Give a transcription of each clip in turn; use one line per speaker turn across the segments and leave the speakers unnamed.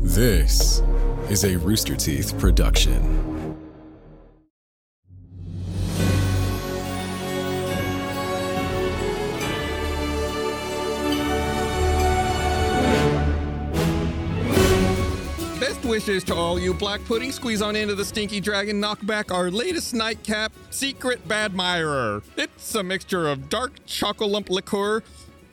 This is a Rooster Teeth production.
Best wishes to all you black pudding. Squeeze on into the stinky dragon. Knock back our latest nightcap, Secret Badmirer. It's a mixture of dark chocolate liqueur,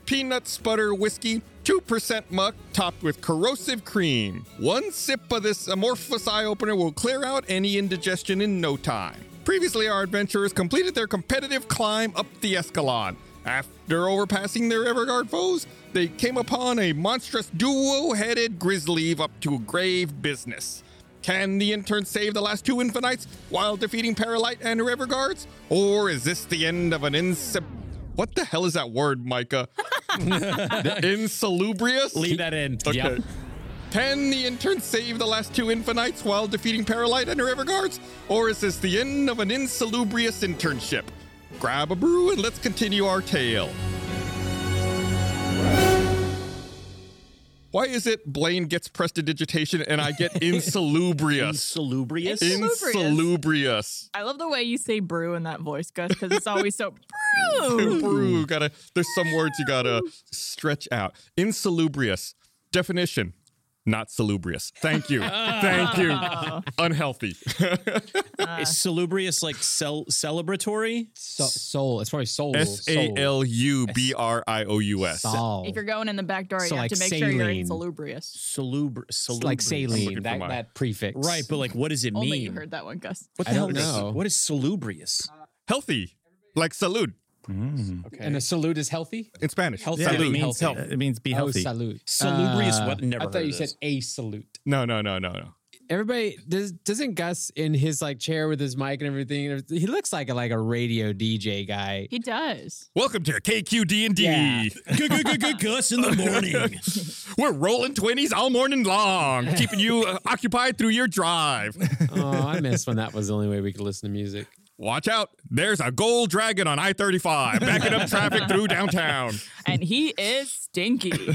peanut sputter whiskey, 2% muck, topped with corrosive cream. One sip of this amorphous eye opener will clear out any indigestion in no time. Previously, our adventurers completed their competitive climb up the Escalon. After overpassing their Everguard foes, they came upon a monstrous duo headed grizzly up to grave business. Can the intern save the last two Infinites while defeating Paralyte and her Everguards? Or is this the end of an insip. What the hell is that word, Micah? Insalubrious?
Leave that in.
Okay. Can the intern save the last two Infinites while defeating Paralyte and her Everguards? Or is this the end of an insalubrious internship? Grab a brew and let's continue our tale. Why is it Blaine gets prestidigitation and I get insalubrious?
Insalubrious.
In-
insalubrious.
I love the way you say brew in that voice, Gus, because it's always so brew.
Brew, gotta, there's some words you gotta stretch out. Insalubrious. Definition. Not salubrious. Thank you. Thank you. Unhealthy.
Is salubrious like cel- celebratory?
So, soul. It's probably soul.
S A L U B R I O U S.
Soul.
If you're going in the back door,
So
you have
like
to make sure you're
saline.
insalubrious.
Salubr-
It's
salubrious.
like saline.
looking for
That,
mine.
that prefix.
Right, but like, what does it
Only
mean?
you heard that one, Gus.
What the
I
hell
don't
is
know.
what is salubrious?
Healthy. Like salud
Okay.
and a salute is healthy.
in Spanish.
Healthy.
Yeah,
Salute.
it means
Healthy.
health.
It means be healthy.
Oh, salute.
Salubrious
Uh,
weapon. Never
I
heard
thought you
of this.
said a salute.
No, no, no, no, no.
Everybody does, doesn't Gus in his like chair with his mic and everything. He looks like a, like a radio DJ guy.
He does.
Welcome to KQD and
Yeah.
D.
Gus in the morning.
We're rolling 20s all morning long, keeping you uh, occupied through your drive.
oh, I miss when that was the only way we could listen to music.
Watch out. There's a gold dragon on I 35 backing up traffic through downtown.
And he is stinky. boing,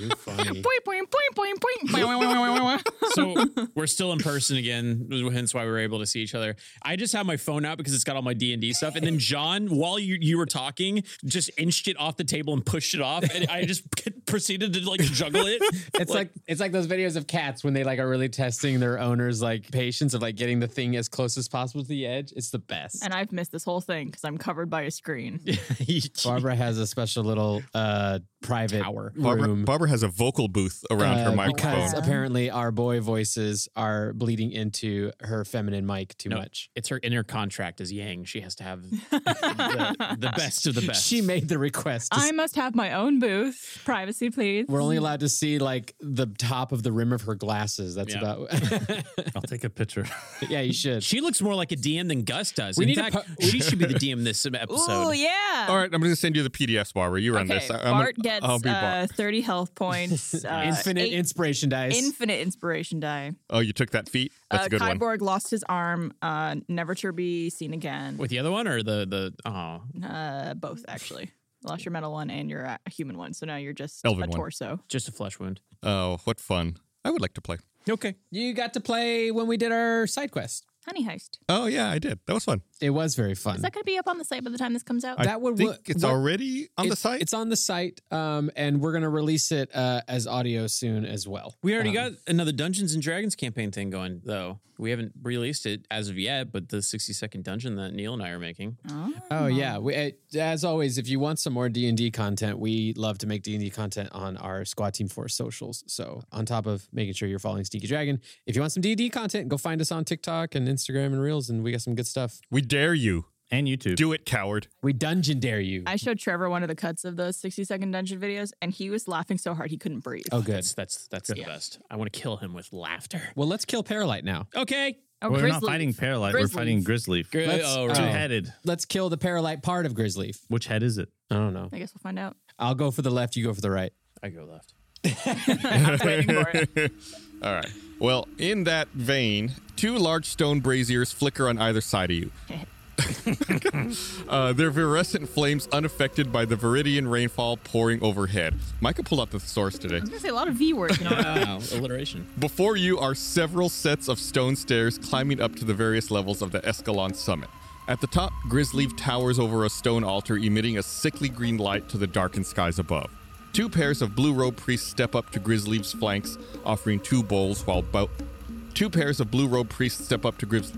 Too funny.
boing, boing, boing, boing, boing, boing, boing, boing, boing.
so we're still in person again, hence why we were able to see each other. I just have my phone out because it's got all my D and D stuff, and then John, while you you were talking, just inched it off the table and pushed it off, and I just proceeded to like juggle it.
It's like, it's like those videos of cats when they like are really testing their owners like patience of like getting the thing as close as possible to the edge. It's the best.
And I've missed this whole thing because I'm covered by a screen.
Barbara has a special little uh private
Tower.
Barbara,
room
Barbara has a vocal booth around her
uh,
microphone.
because
Wow.
apparently our boy voices are bleeding into her feminine mic too
No.
much.
it's her inner contract as Yang. She has to have the, the best of the best.
She made the request. to s-
I must have my own booth. Privacy, please.
we're only allowed to see like the top of the rim of her glasses. That's
Yeah.
about.
I'll take a picture.
yeah, you should.
She looks more like a DM than Gus does.
We
In
need to
fact,
pu-
she should be the DM this episode.
Ooh, yeah.
All right, I'm going to send you the PDFs, Barbara. You run
Okay,
this. I- I'm gonna-
Bart gets
I'll be
uh,
Bart.
30 health points. Uh,
Infinite
eight-
inspiration dice.
infinite inspiration die.
Oh, you took that feat? That's
uh,
a good one.
Kyborg lost his arm, uh, never to be seen again.
With the other one or the the oh
uh, both, actually. Lost your metal one and your uh, human one, so now you're just
Elven
a
one.
torso.
just a flesh wound.
Oh, what fun. I would like to play.
Okay.
you got to play when we did our side quest.
Honey Heist.
Oh, yeah, I did. That was fun.
It was very fun.
Is that going to be up on the site by the time this comes out?
Mm. I
That would
think
wo-
it's
what-
already on the
It's-
site.
It's on the site, um, and we're gonna release it uh, as audio soon as well.
We already
Um,
got another Dungeons and Dragons campaign thing going, though. We haven't released it as of yet, but the 60 second dungeon that Neil and I are making.
Oh yeah, we, uh, as always, if you want some more D and D content, we love to make D and D content on our Squad Team Force socials. So on top of making sure you're following Sneaky Dragon, if you want some D and D content, go find us on TikTok and Instagram and Reels, and we got some good stuff.
we dare you.
and YouTube.
Do it, coward.
We dungeon dare you.
I showed Trevor one of the cuts of those 60 second dungeon videos, and he was laughing so hard he couldn't breathe.
oh good.
That's that's that's the best. I want to kill him with laughter.
Well, let's kill Paralyte now.
Okay.
Oh,
we're not
Grizzly.
fighting Paralyte.
Grizzlies.
We're fighting Grizzly.
Gri-
Let's-
oh,
uh,
Two
right.
headed.
Let's kill the Paralyte part of Grizzleaf.
Which head is it?
I don't know.
I guess we'll find out.
I'll go for the left. You go for the right.
I go left.
I'm waiting for it.
All right. Well, in that vein, two large stone braziers flicker on either side of you. Uh, their virescent flames unaffected by the viridian rainfall pouring overhead. Micah pulled out the source today.
was gonna say a lot of V words. You know?
Wow, alliteration.
Before you are several sets of stone stairs climbing up to the various levels of the Escalon summit. At the top, Grisleaf towers over a stone altar, emitting a sickly green light to the darkened skies above. Two pairs of blue robe priests step up to Grisleaf's flanks, offering two bowls while bo- two pairs of blue robe priests step up to Gris-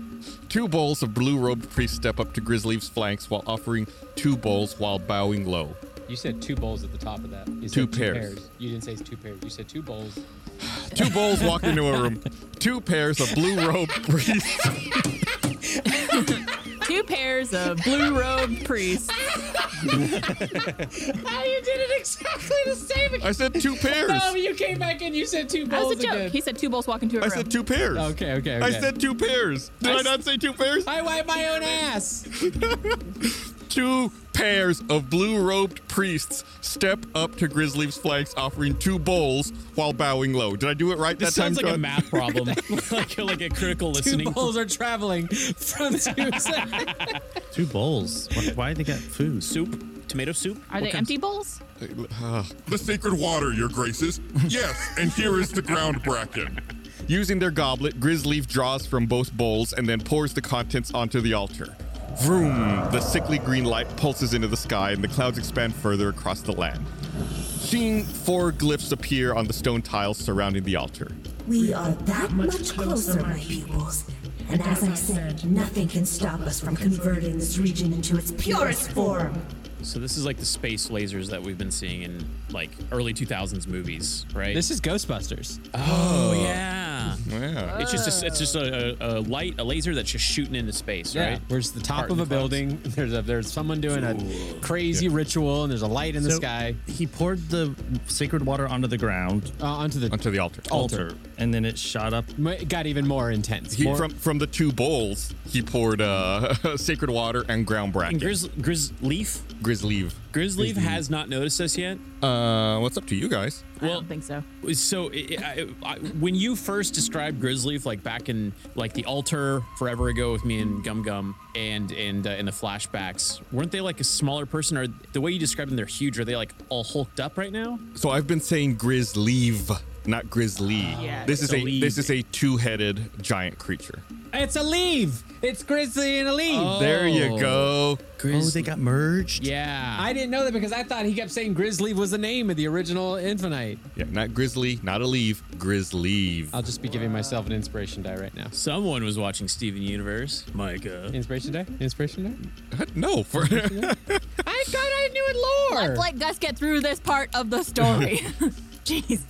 two bowls of blue robe priests step up to Grisleaf's flanks while offering two bowls while bowing low.
You said two bowls at the top of that. You said
Two pairs.
You didn't say it's two pairs. You said two bowls.
Two bowls walk into a room. Two pairs of blue robe priests
Two pairs of blue robed priests.
you did it exactly the same.
I said two pairs.
oh, you came back and you said two
That was a joke. He said two bulls walk into a
I
room.
said two pairs.
Okay, okay,
I
okay.
said two pairs. Did I,
s-
not say two pairs?
I wipe my own ass.
two pairs of blue robed priests step up to Grizzly's flanks, offering two bowls while bowing low. Did I do it right
This
that time?
sounds like a
John?
math problem, like like a critical
Two
listening.
bowls are traveling from two sides.
Two bowls. Why, why they got food?
Soup, tomato soup.
Are they empty bowls?
The sacred water, your graces. Yes, and here is the ground bracken.
Using their goblet, Grizzleaf draws from both bowls and then pours the contents onto the altar. Vroom! The sickly green light pulses into the sky and the clouds expand further across the land. Seeing four glyphs appear on the stone tiles surrounding the altar.
We are that much closer, my pupils. And as I said, nothing can stop us from converting this region into its purest form.
So this is like the space lasers that we've been seeing in like early 2000s movies, right?
This is Ghostbusters.
oh yeah.
Yeah.
It's just a, it's just a, a, a light, a laser that's just shooting into space, right?
Where's the top
Part
of
in
a
the clouds.
building? There's a there's someone doing a crazy ritual and there's a light in the
So,
sky
He poured the sacred water onto the ground
uh, onto the
Onto the altar.
altar.
and then it shot up.
Ma- It got even more intense.
He,
More-
from from the two bowls, he poured uh, sacred water and ground
And
bracket.
Grizz Grizz Leaf
Grizzleaf.
Grizz
Mm-hmm.
Leaf has not noticed us yet.
Uh, what's up to you guys?
I don't think so.
So, i I, I, when you first described Grizzleaf, like back in like the altar forever ago with me and Gum Gum, and and uh, in the flashbacks, weren't they like a smaller person? Or the way you described them, they're huge. Are they like all hulked up right now?
So I've been saying Grizzleaf, not Grizzly.
Yeah,
this is
it's a
a
leaf.
this is a two-headed giant creature.
it's a leave. It's Grizzly and a leave.
There you go.
Oh, they got merged.
Yeah.
I didn't know that because I thought he kept saying Grizzly was the name of the original Infinite.
Yeah, not Grizzly, not a leaf, Grizzleaf.
I'll just be giving myself an inspiration die right now.
Someone was watching Steven Universe. uh, Micah.
Inspiration die? Inspiration die?
no, for
I thought I knew it lore.
Let's let Gus get through this part of the story. Jeez.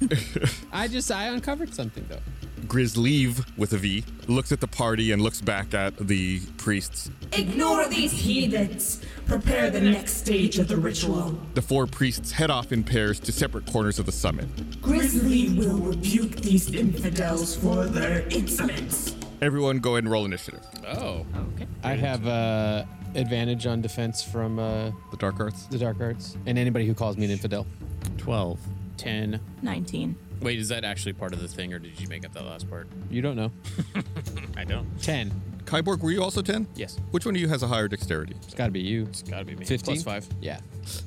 I just I uncovered something though.
Grizzleaf with a V looks at the party and looks back at the priests.
Ignore these heathens. Prepare the next stage of the ritual.
The four priests head off in pairs to separate corners of the summit.
Grizzly will rebuke these infidels for their insolence.
Everyone go ahead and roll initiative.
Oh.
Okay.
I have uh advantage on defense from uh
The dark arts.
the dark arts and anybody who calls me an infidel.
12.
10.
19.
Wait, is that actually part of the thing, or did you make up that last part?
You don't know.
I don't.
Ten.
Kyborg, were you also 10?
Yes.
Which one of you has a higher dexterity?
It's gotta be you.
It's gotta be me.
Fifteen.
Plus five.
Yeah.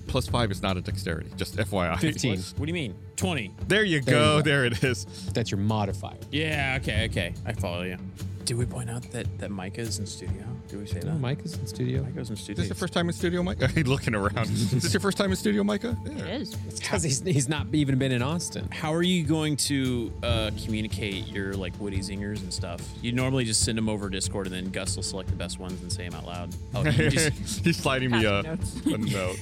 Plus five is not a dexterity, just FYI.
15.
What? What do you mean? 20.
There you
you
go.
go.
There it is.
That's your modifier.
Yeah, okay, okay. I follow you. Did we point out that, that Micah is in studio? Did we say that?
Mike is in studio.
Micah's in
Is
studio.
this your first time in studio, Micah? He's looking around. is this your first time in studio, Micah? Yeah.
It is.
It's because he's, he's not even been in Austin.
How are you going to uh, communicate your like Woody zingers and stuff? You normally just send them over Discord, and then Gus will select the best ones and say them out loud. Oh, you just
He's sliding me a, a note.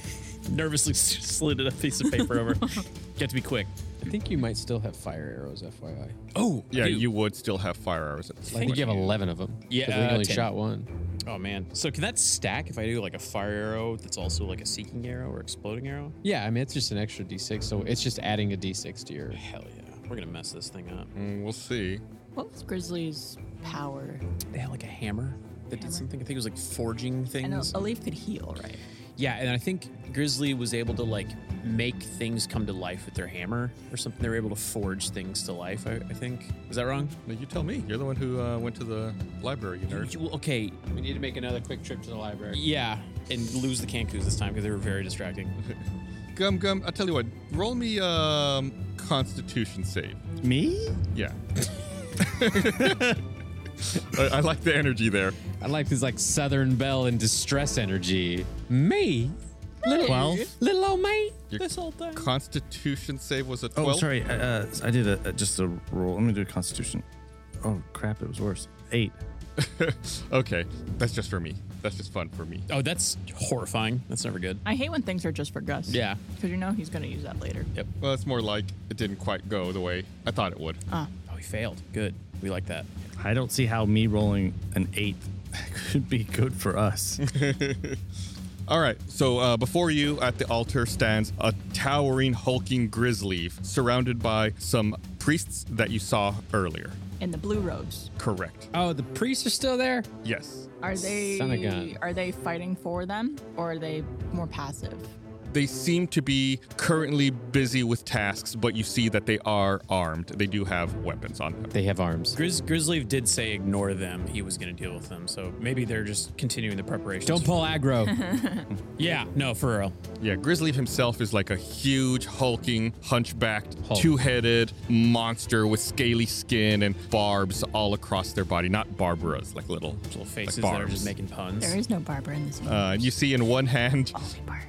nervously s- slid a piece of paper over. you have to be quick.
I think you might still have fire arrows, FYI.
Oh,
Yeah,
dude.
you would still have fire arrows. At this
I
point.
think you have 11 of them. 'cause
Yeah,
I think
uh,
you only
10.
shot one.
Oh man. So can that stack if I do like a fire arrow that's also like a seeking arrow or exploding arrow?
Yeah, I mean, it's just an extra d6, so it's just adding a d6 to your.
Hell yeah. We're gonna mess this thing up.
Mm, We'll see.
What was Grizzly's power?
They had like a hammer that did something. I think it was like forging
I know Oh.
things.
a leaf could heal, right?
Yeah, and I think Grizzly was able to like make things come to life with their hammer or something. They were able to forge things to life. I, I think is that wrong?
Well, you tell me. You're the one who uh, went to the library, you nerd.
You- Okay,
We need to make another quick trip to the library.
yeah, and lose the Cancus this time because they were very distracting.
Gum gum. I tell you what. Roll me um Constitution save.
Me?
Yeah. I, I like the energy there.
I like this like Southern Belle and distress energy. Me, little
Twelve.
little old me.
Your
This whole thing.
Constitution save was a
Oh,
twelve.
sorry. I, uh, I did a, a- just a roll. I'm gonna do a Constitution. Oh crap! It was worse. Eight.
okay, that's just for me. That's just fun for me.
Oh, that's horrifying. That's never good.
I hate when things are just for Gus.
Yeah.
Because you know he's going to use that later.
Well, it's more like it didn't quite go the way I thought it would.
Oh, he failed. Good. We like that.
I don't see how me rolling an eight could be good for us.
All right, so uh, before you at the altar stands a towering, hulking grizzly surrounded by some priests that you saw earlier.
And the blue robes.
Correct.
Uh,
Oh, the priests are still there.
Yes.
Are they
Son of gun.
are they fighting for them or are they more passive?
They seem to be currently busy with tasks, but you see that they are armed. They do have weapons on them.
They have arms.
Grizz Grizzly did say ignore them. He was going to deal with them. So maybe they're just continuing the preparations.
Don't pull aggro.
Yeah, no, for real.
Yeah, Grizzly himself is like a huge, hulking, hunchbacked,
Hulk.
two headed monster with scaly skin and barbs all across their body. Not Barbara's, like little,
Little faces
like
that are just making puns.
There is no Barbara in this movie.
Uh, you see in one hand
Oh.
Only Bart.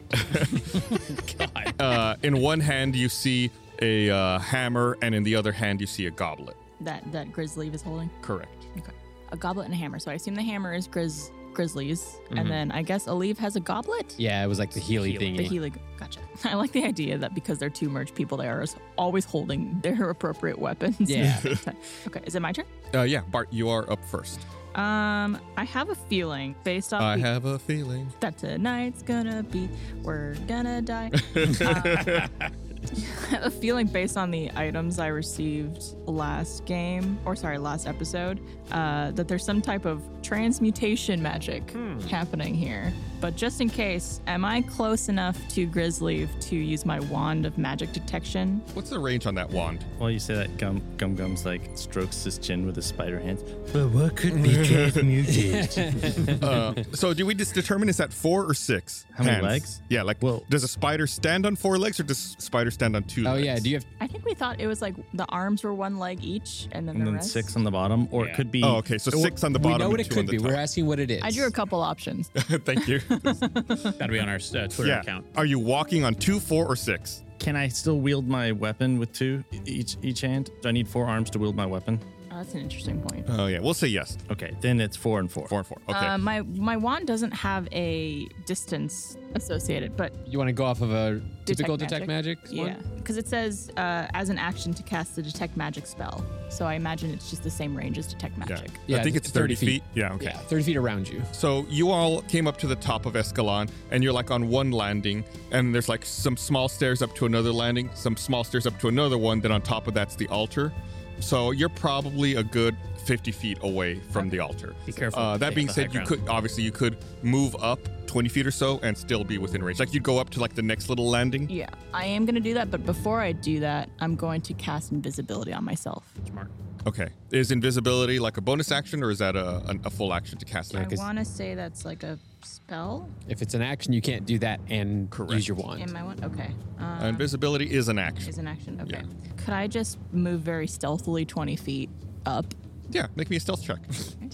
God.
uh, in one hand you see a uh, hammer and in the other hand you see a goblet
that that Grizzly is holding.
correct
Okay. A goblet and a hammer. So I assume the hammer is Grizz Grizzly's,
Mm-hmm.
and then I guess Aleve has a goblet.
yeah, it was like the Healy thingy.
The Healy. Gotcha. I like the idea that because they're two merged people, they are always holding their appropriate weapons.
Yeah.
okay. Is it my turn?
uh, yeah bart you are up first
Um, I have a feeling based off
Uh, i
the-
have a feeling
that tonight's gonna be we're gonna die. Um, I have a feeling based on the items I received last game, or sorry, last episode, uh, that there's some type of transmutation magic
Hmm.
happening here. But just in case, am I close enough to Grizzly to use my wand of magic detection?
what's the range on that wand
While you say that, Gum Gum Gum's like strokes his chin with his spider hands. But what could be transmuted?
uh, so do we just determine is that four or six
How many
hands?
legs?
yeah like well
Well-
does a spider stand on four legs or does a spider stand on two?
Oh
legs?
yeah, do you have?
I think we thought it was like the arms were one leg each, and then
and
the
then
rest.
six on the bottom, or
Yeah.
it could be.
oh okay so six on the bottom
we know what
and
it
two on
could
the
be.
top.
We're asking what it is.
I drew a couple options. Oh,
thank you
That'll be on our uh, Twitter
yeah
account.
are you walking on two four or six
Can I still wield my weapon with two e- each each hand? Do I need four arms to wield my weapon?
Oh, that's an interesting point.
oh yeah we'll say yes
Uh,
Okay, then it's four and four.
four and four okay
Uh, my my wand doesn't have a distance associated, but
You want to go off of a typical
detect
detect magic? one?
yeah, because it says uh, as an action to cast the detect magic spell. So I imagine it's just the same range as detect
yeah.
magic.
Yeah,
i think
th-
it's 30, feet. yeah okay
Yeah, thirty feet around you.
So you all came up to the top of Escalon, and you're like on one landing, and there's like some small stairs up to another landing, some small stairs up to another one. Then on top of that's the altar. So you're probably a good 50 feet away from the altar.
Be careful.
Uh, that
Take
being
the
said,
high
you
ground.
could obviously you could move up 20 feet or so and still be within range. Like you'd go up to like the next little landing.
Yeah, I am gonna do that, but before I do that, I'm going to cast invisibility on myself.
Smart.
Okay. Is invisibility like a bonus action, or is that a, an- a, full action to cast?
I
it?
want to say that's like a spell
If it's an action, you can't do that and use your wand.
in my wand. Okay,
Uh, invisibility is an action.
is an action. Okay,
Yeah.
could I just move very stealthily 20 feet up?
Yeah. Make me a stealth check.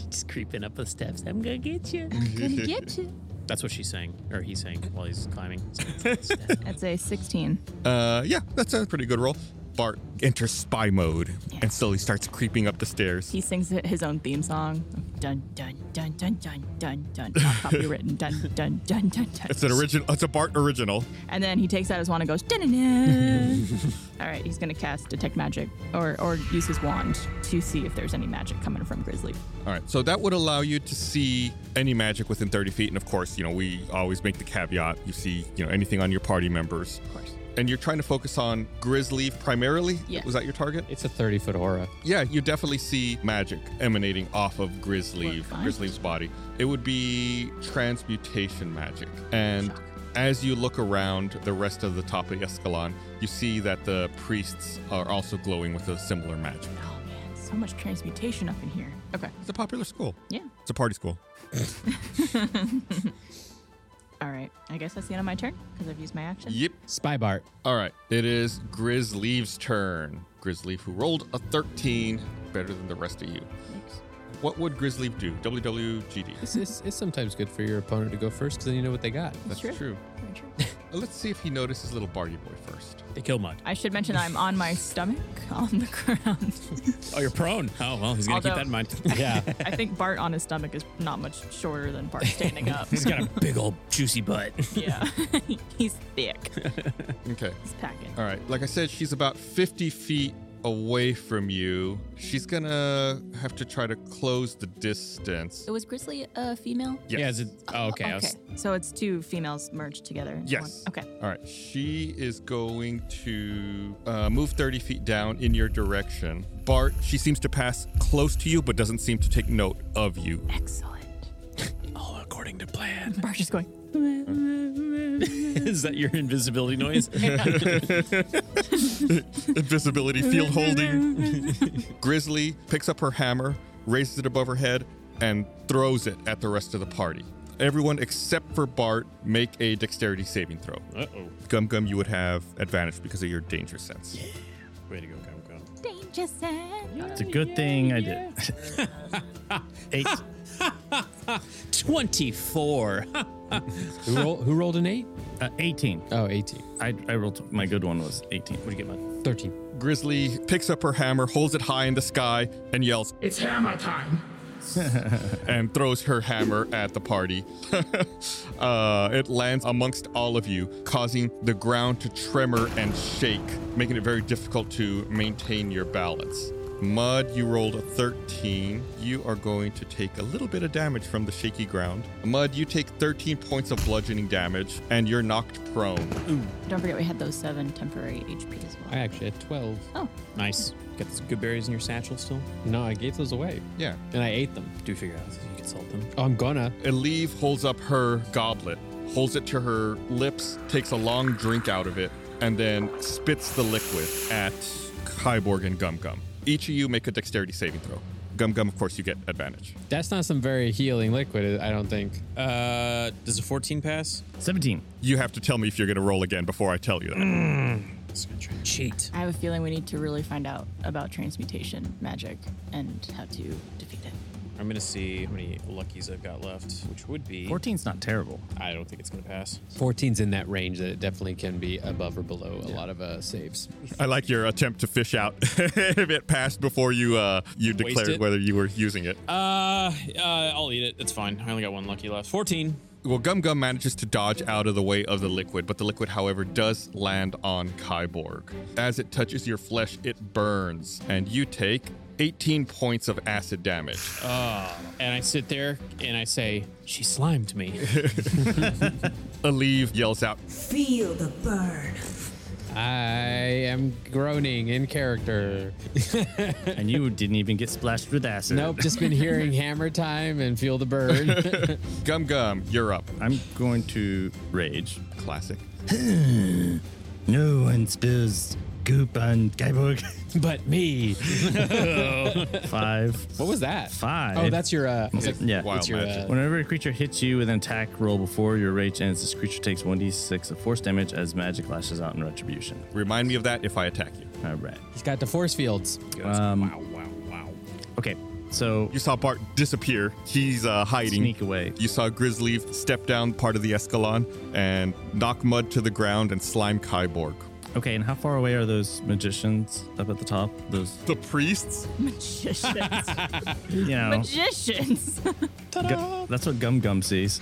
Just creeping up the steps. I'm going to get you.
Gonna get you.
That's what she's saying, or he's saying while he's climbing.
That's a 16.
Uh, yeah, that's a pretty good roll. Bart enters spy mode and slowly starts creeping up the stairs.
He sings hi- his own theme song. Dun dun dun dun dun dun dun. Not copywritten. Dun dun dun dun dun.
It's an original. It's a Bart original.
And then he takes out his wand and goes. Dun-dun-dun. All right, he's gonna cast detect magic or or use his wand to see if there's any magic coming from Grizzly.
All right, so that would allow you to see any magic within 30 feet, and of course, you know we always make the caveat: you see, you know, anything on your party members. Of
course.
And you're trying to focus on Grizzly primarily.
Yeah.
Was that your target?
It's a thirty foot aura.
Yeah, you definitely see magic emanating off of Grizzly,
What kind?
Grizzly's body. It would be transmutation magic, and As you look around the rest of the top of Escalon, you see that the priests are also glowing with a similar magic.
Oh man, so much transmutation up in here. Okay.
It's a popular school.
Yeah.
It's a party school.
All right. I guess that's the end of my turn because I've used my action.
Yep.
Spy Bart.
All right. It is Grizzleaf's turn. Grizzleaf, who rolled a 13, better than the rest of you.
Yikes.
What would Grizzleaf do? WWGD.
It's, it's, it's sometimes good for your opponent to go first because then you know what they got.
That's
true.
true.
Very true.
Uh, Let's see if he notices little Barty Boy first.
They kill Mud.
I should mention I'm on my stomach on the ground.
Oh, you're prone. Oh, well, he's going to keep
Although-
that in mind.
Yeah.
I think Bart on his stomach is not much shorter than Bart standing up.
he's got a big old juicy butt.
yeah. He's thick.
Okay.
He's packing.
All right. Like I said, she's about 50 feet away from you. She's going to have to try to close the distance.
So was Grizzly a female?
Yes.
Yeah, is it? Oh, okay. I was-
So it's two females merged together. into
Yes.
one. Okay.
All right. She is going to uh, move 30 feet down in your direction. Bart, she seems to pass close to you, but doesn't seem to take note of you.
Excellent.
all according to plan.
Bart just going.
is that your invisibility noise?
Invisibility field holding. Grizzly picks up her hammer, raises it above her head, and throws it at the rest of the party. Everyone except for Bart make a dexterity saving throw.
uh oh.
Gum Gum, you would have advantage because of your danger sense.
Way to go, Gum Gum.
Danger sign.
It's a good thing I did. Eight.
24.
Who, roll, who rolled an eight?
Uh, 18.
Oh, 18.
I, I rolled, my good one was 18. What'd you get, Mud?
13.
Grizzly picks up her hammer, holds it high in the sky, and yells,
It's hammer time.
and throws her hammer at the party. uh, it lands amongst all of you, causing the ground to tremor and shake, making it very difficult to maintain your balance. Mud, you rolled a 13. You are going to take a little bit of damage from the shaky ground. Mud, you take 13 points of bludgeoning damage, and you're knocked prone.
Don't forget we had those seven temporary HP as well.
I actually had 12.
oh,
Nice. Got some good berries in your satchel still?
No, I gave those away
Yeah.
and I ate them.
Do figure out if you can salt them.
Oh, I'm gonna.
Eleve holds up her goblet, holds it to her lips, takes a long drink out of it, and then spits the liquid at Kyborg and Gum Gum. Each of you make a dexterity saving throw. Gum Gum, of course, you get advantage.
That's not some very healing liquid, I don't think.
Uh, does a 14 pass?
17.
You have to tell me if you're going to roll again before I tell you
Mm.
that.
Just gonna try and cheat.
I have a feeling we need to really find out about transmutation magic and how to defeat it.
I'm gonna see how many luckies I've got left, which would be.
14's not terrible.
I don't think it's gonna pass.
14's in that range that it definitely can be above or below a lot of uh, saves.
I like your attempt to fish out if it passed before you uh, you
Waste
declared
it.
whether you were using it.
Uh, uh, I'll eat it. It's fine. I only got one lucky left. 14.
Well, Gum Gum manages to dodge out of the way of the liquid, but the liquid, however, does land on Kyborg. As it touches your flesh, it burns, and you take 18 points of acid damage.
And I sit there and I say, she slimed me.
Aleve yells out,
Feel the burn.
I am groaning in character.
And you didn't even get splashed with acid.
Nope, just been hearing hammer time and feel the burn.
Gum Gum, you're up.
I'm going to rage.
Classic.
No one spills goop on Guyborg.
but me.
Five.
What was that?
Five.
Oh, that's your. Uh, it's like-
Yeah.
Wild
It's your,
magic.
uh,
Whenever a creature hits you with an attack roll before your rage ends, this creature takes 1d6 of force damage as magic lashes out in retribution.
Remind me of that if I attack you.
All right.
he's got the force fields.
wow, wow, wow.
Okay. So
You saw Bart disappear. He's uh, hiding.
sneak away.
You saw Grizzly step down part of the Escalon and knock mud to the ground and slime Kyborg.
Okay. And how far away are those magicians up at the top? Those,
The priests?
Magicians.
you know,
Magicians.
gu- that's what Gum Gum sees.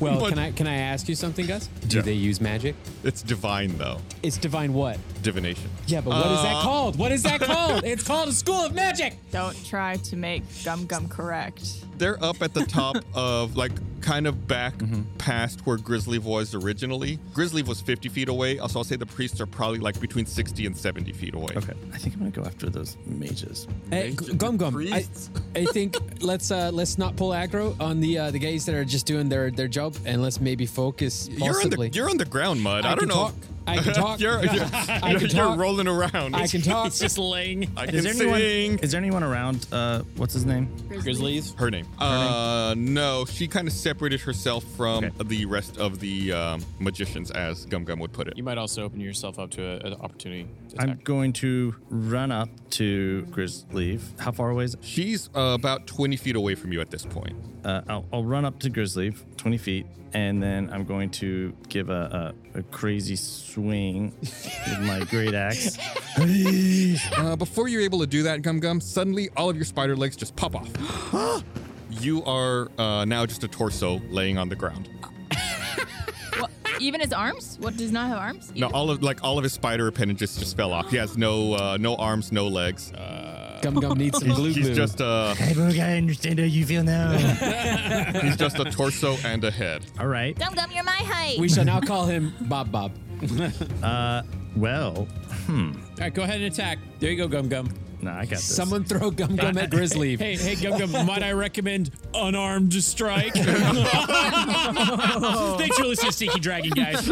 Well, can I can I ask you something, Gus? Do
Yeah.
they use magic?
It's divine, though.
It's divine what?
Divination.
Yeah, but what is
Uh.
that called? What is that called? it's called a school of magic.
Don't try to make Gum Gum correct.
They're up at the top of like kind of back
Mm-hmm.
past where Grizzly was originally. Grizzly was 50 feet away. So I'll say the priests are probably like between 60 and 70 feet away.
Okay, I think I'm gonna go after those mages.
Hey, G- gum gum. I, I think let's uh let's not pull aggro on the uh the guys that are just doing their their job, and let's maybe focus.
You're on, the,
possibly.
you're on the ground, Mud. I,
can
don't know.
Talk. I can talk.
You're, you're,
I
you're,
can
you're
talk.
rolling around.
I can talk.
It's just laying.
I
Is
can
there
sing.
anyone? Is there anyone around? Uh, what's his name?
Grizzlies.
Her name. Uh, no, she kind of separated herself from the rest of the um, magicians, as Gum Gum would put it.
You might also open yourself up to a, an opportunity. Attack.
I'm going to run up to Grizzly. How far away is it?
She's uh, about 20 feet away from you at this point.
Uh, I'll, I'll run up to Grizzly, 20 feet, and then I'm going to give a, a, a crazy swing with my great axe.
Uh, before you're able to do that, Gum Gum, suddenly all of your spider legs just pop off. you are uh, now just a torso laying on the ground.
What, even his arms? What does not have arms?
No, all of like all of his spider appendages just fell off. He has no uh, no arms, no legs. Uh,
Gum gum needs some glue
he's
glue.
just a
I understand how you feel now.
he's just a torso and a head.
All right.
Gum Gum, you're my height.
we shall now call him Bob Bob.
Well,
All right, go ahead and attack.
There you go, Gum Gum.
no, I got this.
Someone throw Gum Gum at Grizzly.
Hey, hey, Gum Gum, might I recommend unarmed strike? Thanks for listening, Stinky Dragon, guys.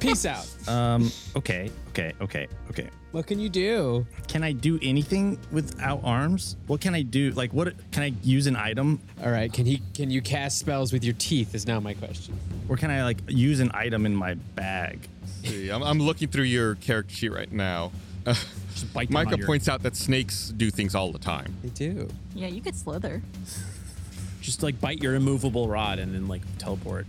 peace out.
Um. Okay. Okay. Okay. Okay.
What can you do?
Can I do anything without arms? What can I do? Like, what can I use an item,
All right, can he? Can you cast spells with your teeth? Is now my question.
or can I like use an item in my bag?
See, I'm, I'm looking through your character sheet right now.
bite them
Micah
on your-
points out that snakes do things all the time.
They do.
yeah, you could slither.
Just like bite your immovable rod and then like teleport.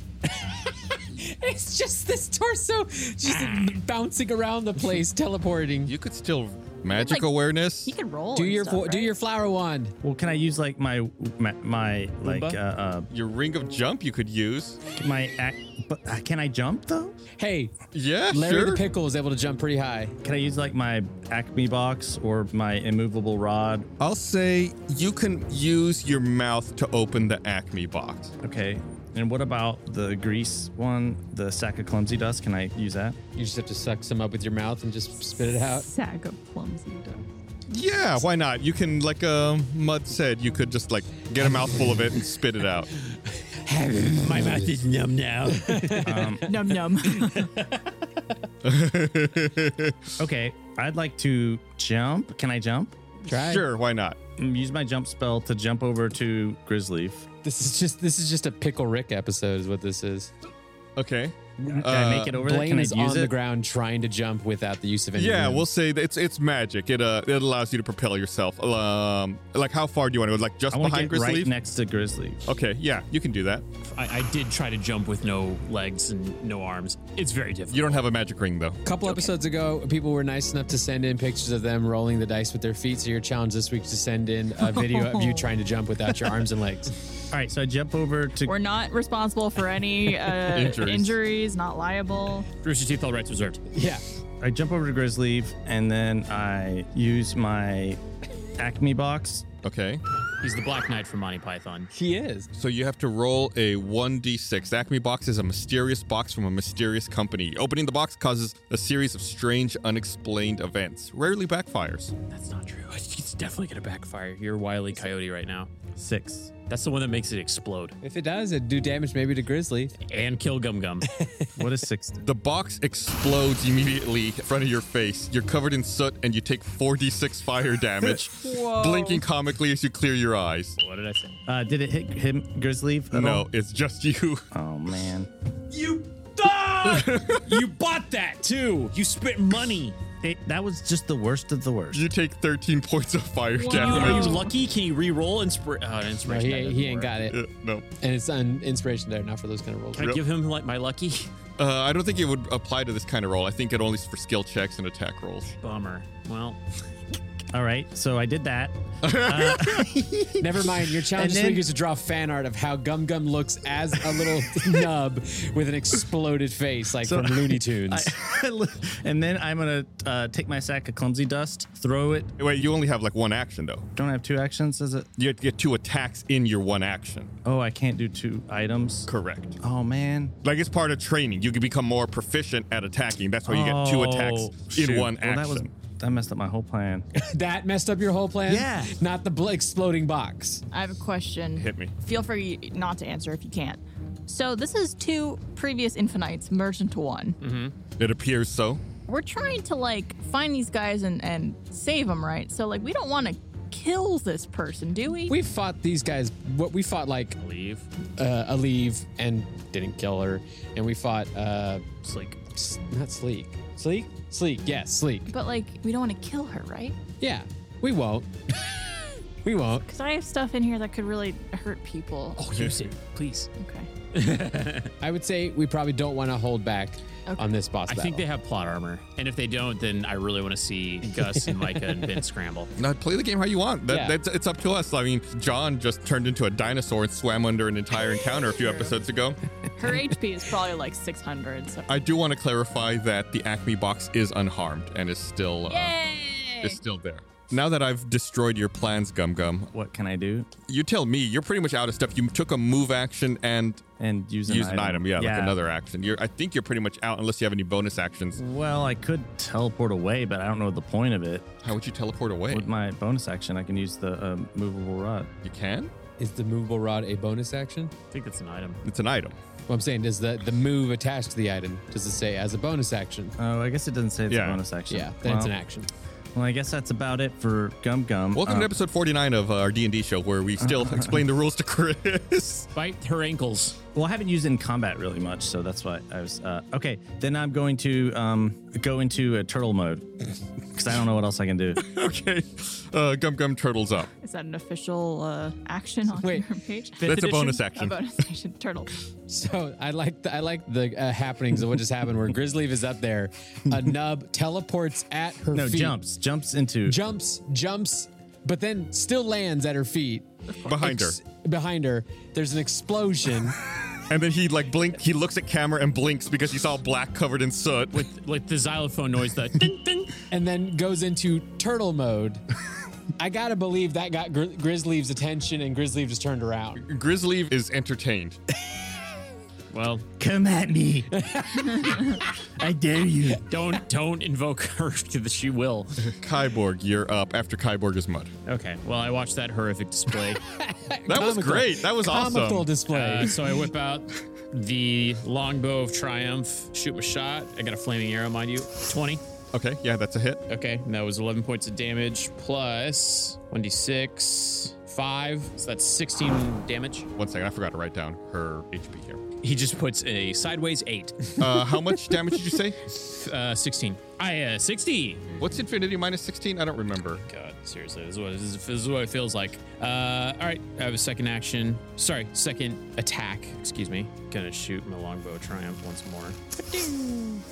It's just this torso just bouncing around the place, teleporting.
You could still magic
Like,
awareness.
You could roll.
do
and
your
stuff,
fo- do
right?
your flower wand.
Well, can I use like my my, my like uh, uh
Your ring of jump you could use.
my ac- but uh, can I jump though?
Hey,
Yeah,
Larry
sure.
the pickle is able to jump pretty high.
Can I use like my acme box or my immovable rod?
I'll say you can use your mouth to open the acme box.
Okay. And what about the grease one, the sack of clumsy dust? Can I use that?
You just have to suck some up with your mouth and just spit it out.
Sack of clumsy duck.
Yeah, why not? You can, like uh, Mud said, you could just like get a mouthful of it and spit it out.
My mouth is numb now.
Num num.
Okay. I'd like to jump. Can I jump?
Try.
Sure, why not?
Mm, Use my jump spell to jump over to Grizzleaf.
This is just this is just a pickle Rick episode, is what this is.
Okay.
Can
Uh,
I make it over there?
Blaine
Can I
is
use
on
it?
the ground trying to jump without the use of any.
Yeah,
room.
we'll say that it's it's magic. It uh it allows you to propel yourself. Um, like how far do you want to go? Like just
I want to
behind
get
Grizzly?
right next to Grizzly.
okay, yeah, you can do that.
I, I did try to jump with no legs and no arms. It's very difficult.
You don't have a magic ring though.
A couple episodes ago, people were nice enough to send in pictures of them rolling the dice with their feet. So your challenge this week is to send in a video of you trying to jump without your arms and legs.
All right, so I jump over to
We're not responsible for any uh,
Injuries.
injuries. Not liable.
Rooster Teeth, all rights reserved.
Yeah.
I jump over to Grizzly and then I use my acme box.
Okay.
He's the Black Knight from Monty Python.
He is.
So you have to roll a 1d6. The Acme box is a mysterious box from a mysterious company. Opening the box causes a series of strange, unexplained events. Rarely backfires.
That's not true. It's definitely gonna backfire. You're Wily Coyote right now.
Six.
That's the one that makes it explode
If it does, it'd do damage maybe to Grizzly.
and kill Gum Gum.
What is six?
The box explodes immediately in front of your face. You're covered in soot and you take 4d6 fire damage, blinking comically as you clear your eyes.
what did I say?
Uh, did it hit him, Grizzly? at
No, it's just you.
all? Oh man.
You you bought that too. You spent money.
It, that was just the worst of the worst.
You take 13 points of fire
Are you
damage.
lucky? Can you re-roll inspir- oh,
No,
inspiration?
he,
that
ain't-
doesn't
he ain't
work.
got it.
Uh, no.
And it's an inspiration there, not for those kind of rolls.
Can I give him like my lucky?
Uh, I don't think it would apply to this kind of roll. I think it only is for skill checks and attack rolls.
Bummer. Well,
All right, so I did that.
Never mind. Your challenge
And
this
then-
week is to draw fan art of how Gum Gum looks as a little nub with an exploded face, like
So
from Looney
I,
Tunes.
and then I'm gonna uh, take my sack of clumsy dust, throw it.
Wait, you only have like one action though.
Don't I have two actions? Is it?
You have to get two attacks in your one action.
Oh, I can't do two items.
Correct.
Oh man.
Like it's part of training. You can become more proficient at attacking. That's why you get two attacks
Oh,
in
shoot.
one
Well,
action.
that was that messed up my whole plan.
that messed up your whole plan.
Yeah.
Not the bl- exploding box.
I have a question.
Hit me.
Feel free not to answer if you can't. So this is two previous infinites merged into one.
Mm-hmm. It appears so.
We're trying to like find these guys and and save them, right? So like we don't want to kill this person, do we?
We fought these guys. What we fought like
Leave.
uh, Aleve and didn't kill her, and we fought uh,
It's like
s- not Sleek. Sleek. Sleek. Yes, Sleek.
but like we don't want to kill her, right?
Yeah. We won't. we won't.
Because I have stuff in here that could really hurt people.
oh, use it, please.
Oh.
Okay.
I would say we probably don't want to hold back
Okay.
on this boss
I
battle.
think they have plot armor, and if they don't, then I really want to see Gus and Micah and Ben scramble.
Now play the game how you want. That,
Yeah.
that's, it's up to us. I mean, John just turned into a dinosaur and swam under an entire encounter a few episodes ago.
Her HP is probably like 600. So.
I do want to clarify that the Acme box is unharmed and is still uh,
Yay!
is still there. Now that I've destroyed your plans, Gum Gum,
what can I do?
you tell me. You're pretty much out of stuff. You took a move action and
And use an
use
item.
an item. Yeah, like another action. You're, I think you're pretty much out unless you have any bonus actions.
Well, I could teleport away, but I don't know the point of it.
How would you teleport away?
With my bonus action, I can use the um, movable rod.
you can.
Is the movable rod a bonus action?
I think that's an item.
It's an item.
What I'm saying is that the move attached to the item does it say as a bonus action?
Oh, I guess it doesn't say it's
Yeah.
a bonus action.
Yeah, then it's an
Well,
action.
Well, I guess that's about it for Gum Gum.
Welcome
Um,
to episode 49 of our D&D show where we still explain the rules to Chris.
Bite her ankles.
Well, I haven't used it in combat really much, so that's why I was. Uh, okay, then I'm going to um, go into a turtle mode because I don't know what else I can do.
okay. Uh, Gum Gum Turtles Up.
Is that an official uh, action on
Wait.
your page?
That's a bonus
A
action.
bonus action. Turtle.
So I like the, I like the uh, happenings of what just happened where Grizzly is up there, a nub teleports at her
No,
feet,
jumps, jumps into.
jumps, jumps, but then still lands at her feet.
Behind her.
Ex- behind her, there's an explosion.
And then he like blink. He looks at camera and blinks because he's all black covered in soot.
With like the xylophone noise, the ding ding.
and then goes into turtle mode. I gotta believe that got Gri- Grizzly's attention, and Grizzly just turned around.
Grizzly is entertained.
Well,
Come at me! I dare you!
don't don't invoke her because she will.
Kyborg, you're up after Kyborg is mud.
Okay. Well, I watched that horrific display.
That was
Comical.
great. That was
Comical
awesome.
display.
Uh, so I whip out the longbow of triumph, shoot my shot. I got a flaming arrow, mind you. 20.
okay, yeah, that's a hit.
Uh,
Uh,
Okay, and that was 11 points of damage plus 1d6, 5. So that's 16 damage.
One second, I forgot to write down her HP here.
He just puts a sideways 8.
Uh, how much damage did you say?
Uh, 16. I, uh, 60.
What's infinity minus 16? I don't remember.
God, seriously, this is what, this is, this is what it feels like. Uh, all right, I have a second action. Sorry, second attack. Excuse me. Gonna shoot my longbow of triumph once more.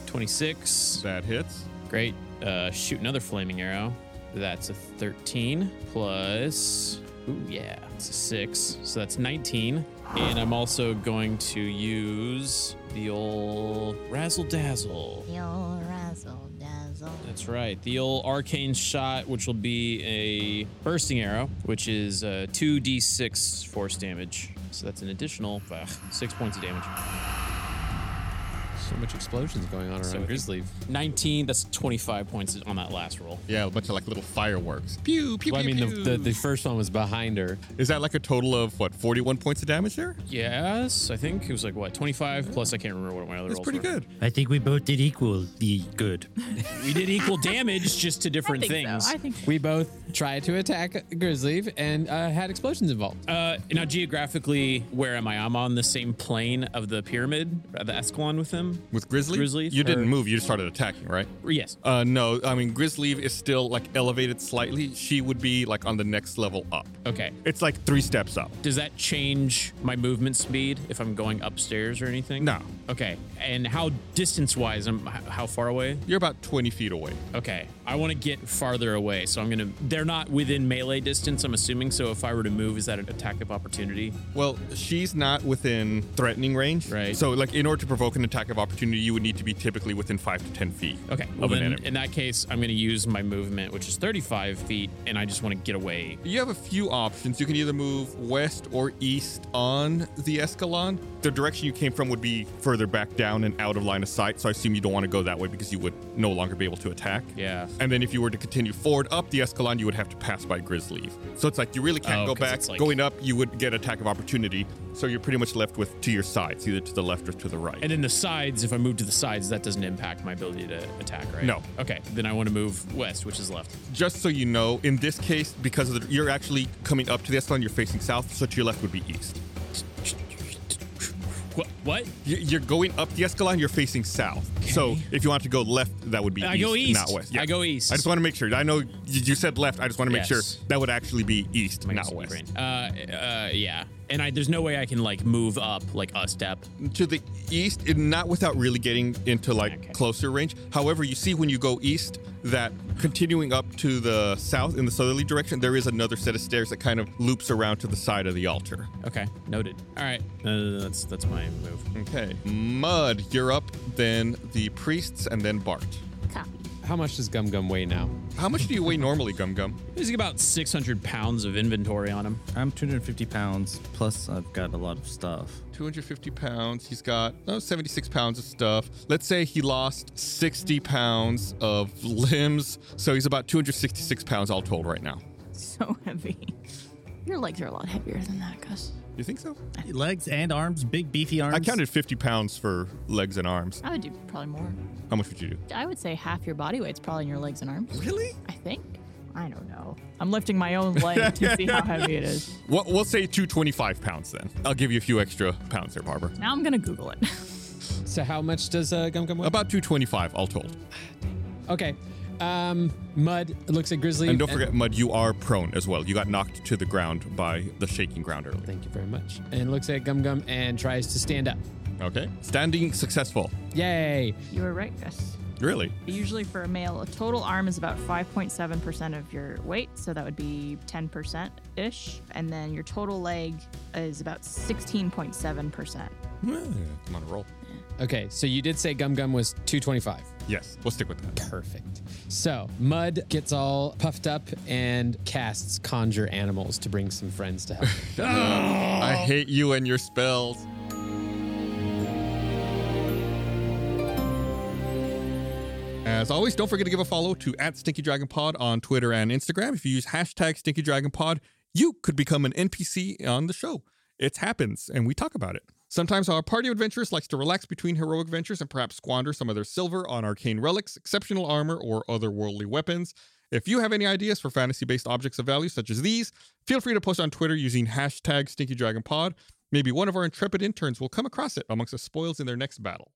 26.
That hits.
Great. Uh, shoot another flaming arrow. That's a 13 plus. Ooh, yeah. It's a 6. So that's 19. And I'm also going to use the old Razzle Dazzle.
You'll razzle dazzle.
That's right. The old arcane shot, which will be a bursting arrow, which is uh, 2d6 force damage. So that's an additional ugh, 6 points of damage.
So much explosions going on around
So I think-
Grizzly.
19, that's 25 points on that last roll.
Yeah, a bunch of like little fireworks. Pew, pew,
Well, I
pew,
mean, the,
pew.
the, the first one was behind her.
Is that like a total of what, 41 points of damage there?
Yes, I think it was like what 25 plus. I can't remember what my other
That's
rolls
pretty
were.
good.
I think we both did equally good.
We did equal damage just
I
to different
think
things.
so. I think
We both tried to attack Grizzly and uh, had explosions involved.
uh, now, geographically, where am I? I'm on the same plane of the pyramid, of the Escalon with them.
With Grizzly?
Grizzly
You didn't
or-
move, you just started attacking, right?
Yes.
Uh, no, I mean, Grizzly is still like elevated slightly. She would be like on the next level up.
Okay.
It's like three steps up.
Does that change my movement speed if I'm going upstairs or anything?
No.
Okay. And how distance wise? I'm h- how far away?
You're about 20 feet away.
Okay. I want to get farther away, so I'm gonna. They're not within melee distance, I'm assuming. So if I were to move, is that an attack of opportunity?
Well, she's not within threatening range.
Right.
So, like, in order to provoke an attack of opportunity, you would need to be typically within five to 10 feet
Okay.
of
Well,
an
then
enemy.
in that case, I'm gonna use my movement, which is 35 feet, and I just want to get away.
You have a few options. You can either move west or east on the Escalon. The direction you came from would be further back down and out of line of sight, so I assume you don't want to go that way because you would no longer be able to attack.
Yeah.
And then if you were to continue forward up the Escalon, you would have to pass by Grizzly. So it's like you really can't
Oh,
go
'cause
back.
it's like-
Going up, you would get attack of opportunity, so you're pretty much left with to your sides, either to the left or to the right.
And then the sides, if I move to the sides, that doesn't impact my ability to attack, right?
No.
Okay. Then I want to move west, which is left.
Just so you know, in this case, because of the, you're actually coming up to the Escalon, you're facing south, so to your left would be east.
What? What?
Y- You're going up the Escalon. You're facing south. So if you want to go left, that would be
I
east,
go east.
not west.
I go east.
I just want to make sure. I know y- you said left. I just want to make
Yes.
sure that would actually be east,
My
not
brain.
west.
Uh, uh, yeah. And I, there's no way I can like move up like a step.
To the east, and not without really getting into like
Okay.
closer range. However, you see when you go east that continuing up to the south in the southerly direction, there is another set of stairs that kind of loops around to the side of the altar.
Okay, noted. All right, uh, that's that's my move.
Okay, mud. You're up. Then the priests, and then Bart.
Copy.
How much does Gum Gum weigh now?
How much do you weigh normally, Gum Gum?
He's got about 600 pounds of inventory on him.
I'm 250 pounds, plus I've got a lot of stuff.
250 pounds. He's got oh, 76 pounds of stuff. Let's say he lost 60 pounds of limbs. So he's about 266 pounds all told right now.
So heavy.
Your legs are a lot heavier than that, Gus.
You think so?
Legs and arms, big beefy arms.
I counted 50 pounds for legs and arms.
I would do probably more.
How much would you do?
I would say half your body weight's probably in your legs and arms.
Really?
I think. I don't know.
I'm lifting my own leg to see how heavy it is.
Well, we'll say 225 pounds then. I'll give you a few extra pounds there, Barbara.
Now I'm gonna Google it.
So how much does uh, Gum Gum weigh?
About 225 all told.
Okay. Um, Mud looks at Grizzly.
And don't forget, Mud, you are prone as well. You got knocked to the ground by the shaking ground earlier.
Thank you very much. And looks at Gum Gum and tries to stand up.
Okay. Standing successful.
Yay!
You were right, Gus.
Really?
Usually for a male, a total arm is about 5.7% of your weight, so that would be 10% ish. And then your total leg is about 16.7%.
I'm on a roll.
Okay, so you did say Gum Gum was 225.
Yes, we'll stick with that.
Perfect. So Mud gets all puffed up and casts Conjure Animals to bring some friends to help.
I hate you and your spells. As always, don't forget to give a follow to at Stinky Dragon Pod on Twitter and Instagram. If you use hashtag Stinky Dragon Pod, you could become an NPC on the show. It happens, and we talk about it. Sometimes our party of adventurers likes to relax between heroic ventures and perhaps squander some of their silver on arcane relics, exceptional armor, or otherworldly weapons. If you have any ideas for fantasy-based objects of value such as these, feel free to post on Twitter using hashtag StinkyDragonPod. Maybe one of our intrepid interns will come across it amongst the spoils in their next battle.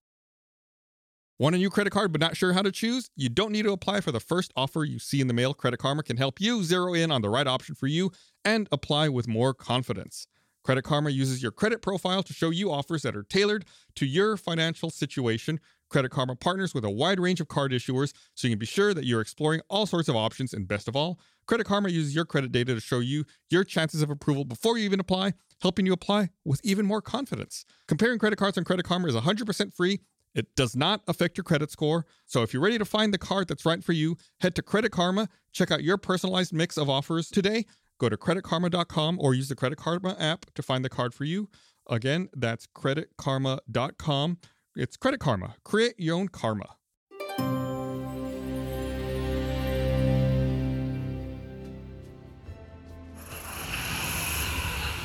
Want a new credit card but not sure how to choose? You don't need to apply for the first offer you see in the mail. Credit Karma can help you zero in on the right option for you and apply with more confidence. Credit Karma uses your credit profile to show you offers that are tailored to your financial situation. Credit Karma partners with a wide range of card issuers so you can be sure that you're exploring all sorts of options. And best of all, Credit Karma uses your credit data to show you your chances of approval before you even apply, helping you apply with even more confidence. Comparing credit cards on Credit Karma is 100% free. It does not affect your credit score. So if you're ready to find the card that's right for you, head to Credit Karma, check out your personalized mix of offers today. Go to creditkarma.com or use the Credit Karma app to find the card for you. Again, that's creditkarma.com. It's Credit Karma. Create your own karma.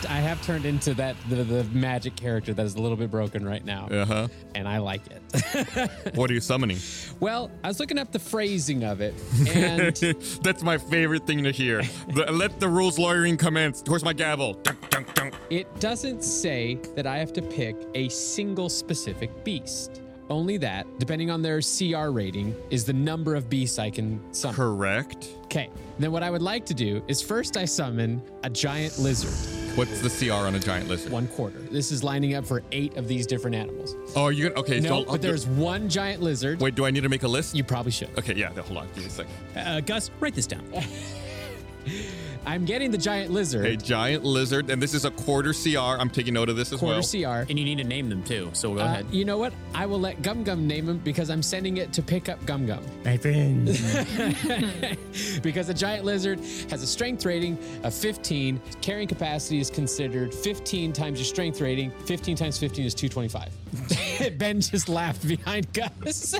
I have turned into that the, the magic character that is a little bit broken right now,
Uh huh.
and I like it.
What are you summoning?
well, I was looking up the phrasing of it, and
That's my favorite thing to hear. The- let the rules lawyering commence. Where's my gavel? Dunk, dunk, dunk.
It doesn't say that I have to pick a single specific beast. Only that, depending on their CR rating, is the number of beasts I can summon.
Correct.
Okay. Then what I would like to do is first I summon a giant lizard,
What's the CR on a giant lizard?
one quarter. This is lining up for eight of these different animals.
Oh, are you gonna? Okay,
No,
so
but there's one giant lizard.
Wait, do I need to make a list?
You probably should.
Okay, yeah. no, Hold on, give me a second.
Uh, Gus, write this down.
I'm getting the giant lizard,
A giant lizard, and this is a quarter CR. I'm taking note of this as
quarter
well.
CR.
And you need to name them too. So go
Uh,
ahead.
you know what? I will let Gum Gum name him because I'm sending it to pick up Gum Gum.
My friend.
because a giant lizard has a strength rating of 15. Carrying capacity is considered 15 times your strength rating. 15 times 15 is 225. ben just laughed behind Gus.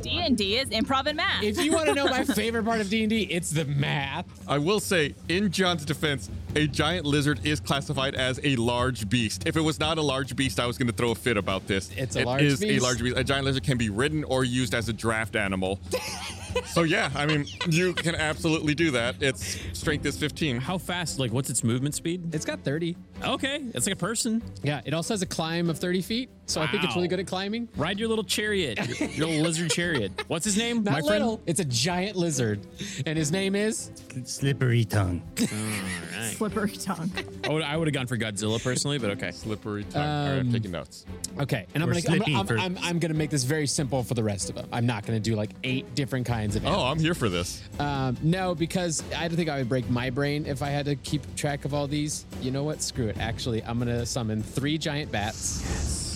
D and D is improv and math.
if you want to know my favorite part of D&D, it's the math.
I will say, in John's defense, a giant lizard is classified as a large beast. If it was not a large beast, I was going to throw a fit about this.
It's a
It
large
is
beast.
a large beast. A giant lizard can be ridden or used as a draft animal. so yeah, I mean, you can absolutely do that. Its strength is 15.
How fast? Like, what's its movement speed?
It's got 30.
Okay, it's like a person.
Yeah, it also has a climb of 30 feet, so I think it's
Wow.
really good at climbing.
Ride your little chariot, your, your little lizard chariot. What's his name?
Not little. It's a giant lizard, and his name is
Slippery tongue.
Slippery tongue.
I would, I would have gone for Godzilla personally, but okay.
Slippery tongue. All
Um,
right, I'm taking notes.
okay. And I'm
Or
gonna I'm,
Slippy
I'm,
for-
I'm, I'm gonna make this very simple for the rest of them. I'm not gonna do like eight different kinds of.
Oh, I'm here for this.
Um, no, because I don't think I would break my brain if I had to keep track of all these. You know what? Screw it. Actually, I'm gonna summon three giant bats.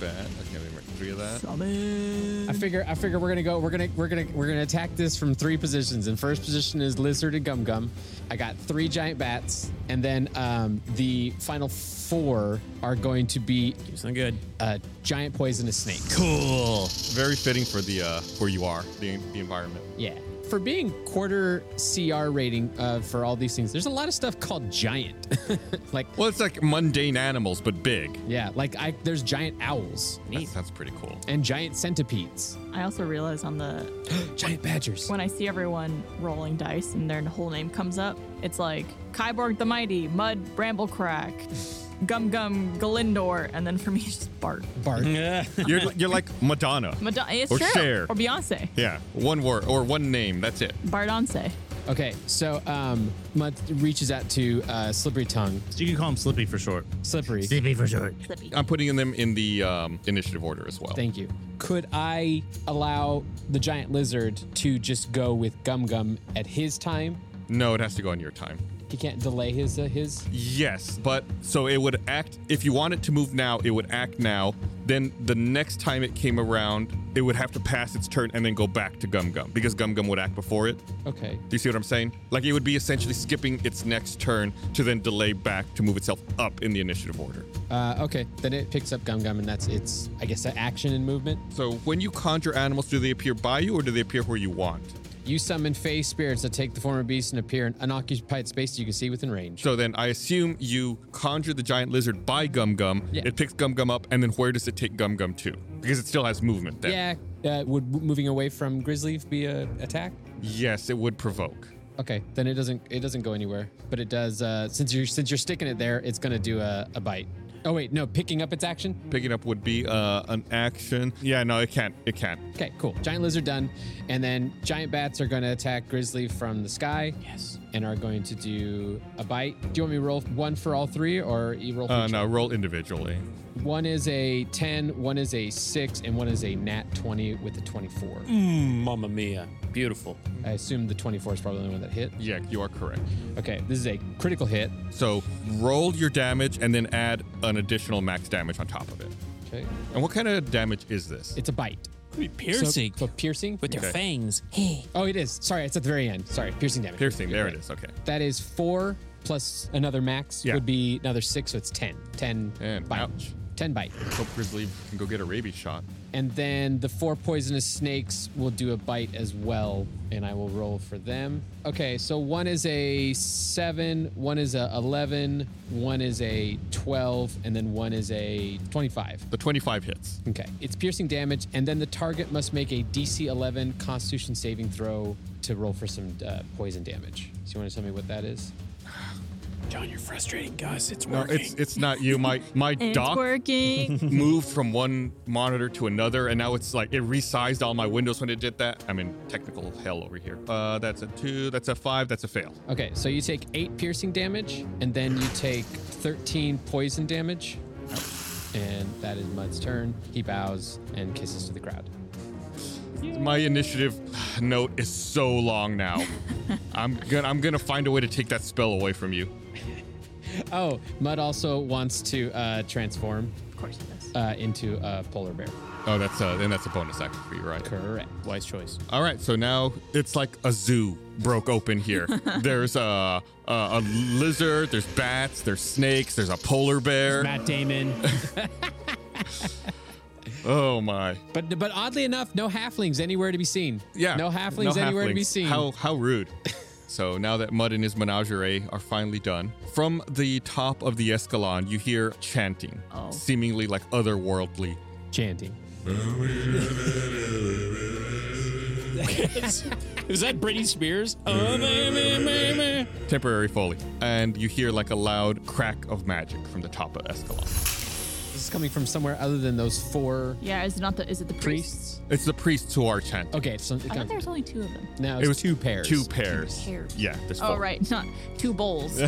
That. Okay, we make three of that.
I figure. I figure we're gonna go. We're gonna. We're gonna. We're gonna attack this from three positions. And first position is lizard and gum gum. I got three giant bats, and then um, the final four are going to be
It's not good.
a giant poisonous snake.
Cool.
Very fitting for the uh, where you are, the, the environment.
Yeah. For being quarter CR rating uh, for all these things, there's a lot of stuff called giant. like,
Well, it's like mundane animals, but big.
yeah, like I, there's giant owls.
That sounds pretty cool.
and giant centipedes.
I also realize on the
giant badgers.
when I see everyone rolling dice and their whole name comes up, it's like Kyborg the Mighty, Mud Bramblecrack, Gum Gum Galindor, and then for me it's just Bart.
Bart.
You're, you're like Madonna.
Madonna, it's
Or
true.
Cher.
Or Beyonce.
Yeah, one word or one name. That's it.
Bardonce.
Okay, so um, Mud reaches out to uh, Slippery Tongue.
So you can call him Slippy for short.
Slippery.
Slippy for short.
I'm putting them in the um, initiative order as well.
Thank you. Could I allow the giant lizard to just go with Gum Gum at his time?
no, it has to go on your time.
He can't delay his uh, his.
Yes, but so it would act if you want it to move now, it would act now. Then the next time it came around, it would have to pass its turn and then go back to Gum Gum because Gum Gum would act before it. Do
Okay.
you see what I'm saying? Like it would be essentially skipping its next turn to then delay back to move itself up in the initiative order.
Uh, okay. Then it picks up Gum Gum, and that's its I guess uh, action and movement.
So when you conjure animals, do they appear by you or do they appear where you want?
You summon fey spirits that take the form of beasts and appear in unoccupied space you can see within range.
So then I assume you conjure the giant lizard by Gum Gum.
Yeah.
It picks Gum Gum up, and then where does it take Gum Gum to? Because it still has movement then.
Yeah. Uh, would moving away from Grizzly be a attack?
Yes, it would provoke.
Okay, then it doesn't it doesn't go anywhere, but it does. Uh, since you're since you're sticking it there, it's gonna do a, a bite. Oh wait, no, picking up its action.
Picking up would be uh, an action. Yeah, no, it can't. It can't.
Okay, cool. Giant lizard done, and then giant bats are gonna attack Grizzly from the sky. Yes. And are going to do a bite. Do you want me to roll one for all three, or you roll? for
Uh,
each
no, roll individually.
one? One is a ten, one is a six, and one is a nat twenty with a twenty-four.
Mamma mia. Beautiful.
I assume the twenty-four is probably the only one that hit.
Yeah, you are correct.
Okay, this is a critical hit.
So roll your damage and then add an additional max damage on top of it.
Okay,
And what kind of damage is this?
it's a bite. So-
Piercing.
So, piercing.
with their
Okay.
fangs. Hey.
Oh, it is. Sorry, it's at the very end. Sorry, piercing damage.
Piercing. There it is. Okay.
That is four plus another max
Yeah.
would be another six, so it's 10. 10,
Ten.
bite.
Ouch.
10 bite.
Hope Grizzly can go get a rabies shot.
And then the four poisonous snakes will do a bite as well, and I will roll for them. Okay, so one is a seven, one is a 11, one is a 12, and then one is a 25.
The 25 hits.
Okay, it's piercing damage, and then the target must make a DC 11 Constitution saving throw to roll for some uh, poison damage. So you want to tell me what that is?
John, you're frustrating Gus. It's
No,
working.
it's it's not you. My my
It's
dock
working.
moved from one monitor to another, and now it's like it resized all my windows when it did that. I'm in technical hell over here. Uh, that's a two. That's a five. That's a fail.
Okay, so you take eight piercing damage, and then you take 13 poison damage. And that is Mud's turn. He bows and kisses to the crowd.
My initiative note is so long now. I'm gonna I'm gonna find a way to take that spell away from you.
Oh, Mud also wants to uh, transform
Of course it does.
uh, into a polar bear.
Oh, that's uh, then that's a bonus action for you, right?
Correct.
wise choice.
All right, so now it's like a zoo broke open here. there's uh, a, a lizard, there's bats, there's snakes, there's a polar bear.
Matt Damon.
Oh my!
But but oddly enough, no halflings anywhere to be seen.
Yeah,
No halflings anywhere to be
halflings.
seen.
How how rude! so now that Mud and his menagerie are finally done, from the top of the escalon, you hear chanting,
Oh.
seemingly like otherworldly.
Chanting.
Is that Britney Spears? Oh, meh, meh, meh, meh.
Temporary foley, and you hear like a loud crack of magic from the top of Escalon.
This is coming from somewhere other than those four
yeah, is it not the is it the priest?
priests.
It's the priests who are chanting.
Okay, so it
I thought
comes.
there was only two of them.
Now it's two pairs.
Two pairs.
pairs.
Yeah. There's
Oh
four.
right, not two bowls.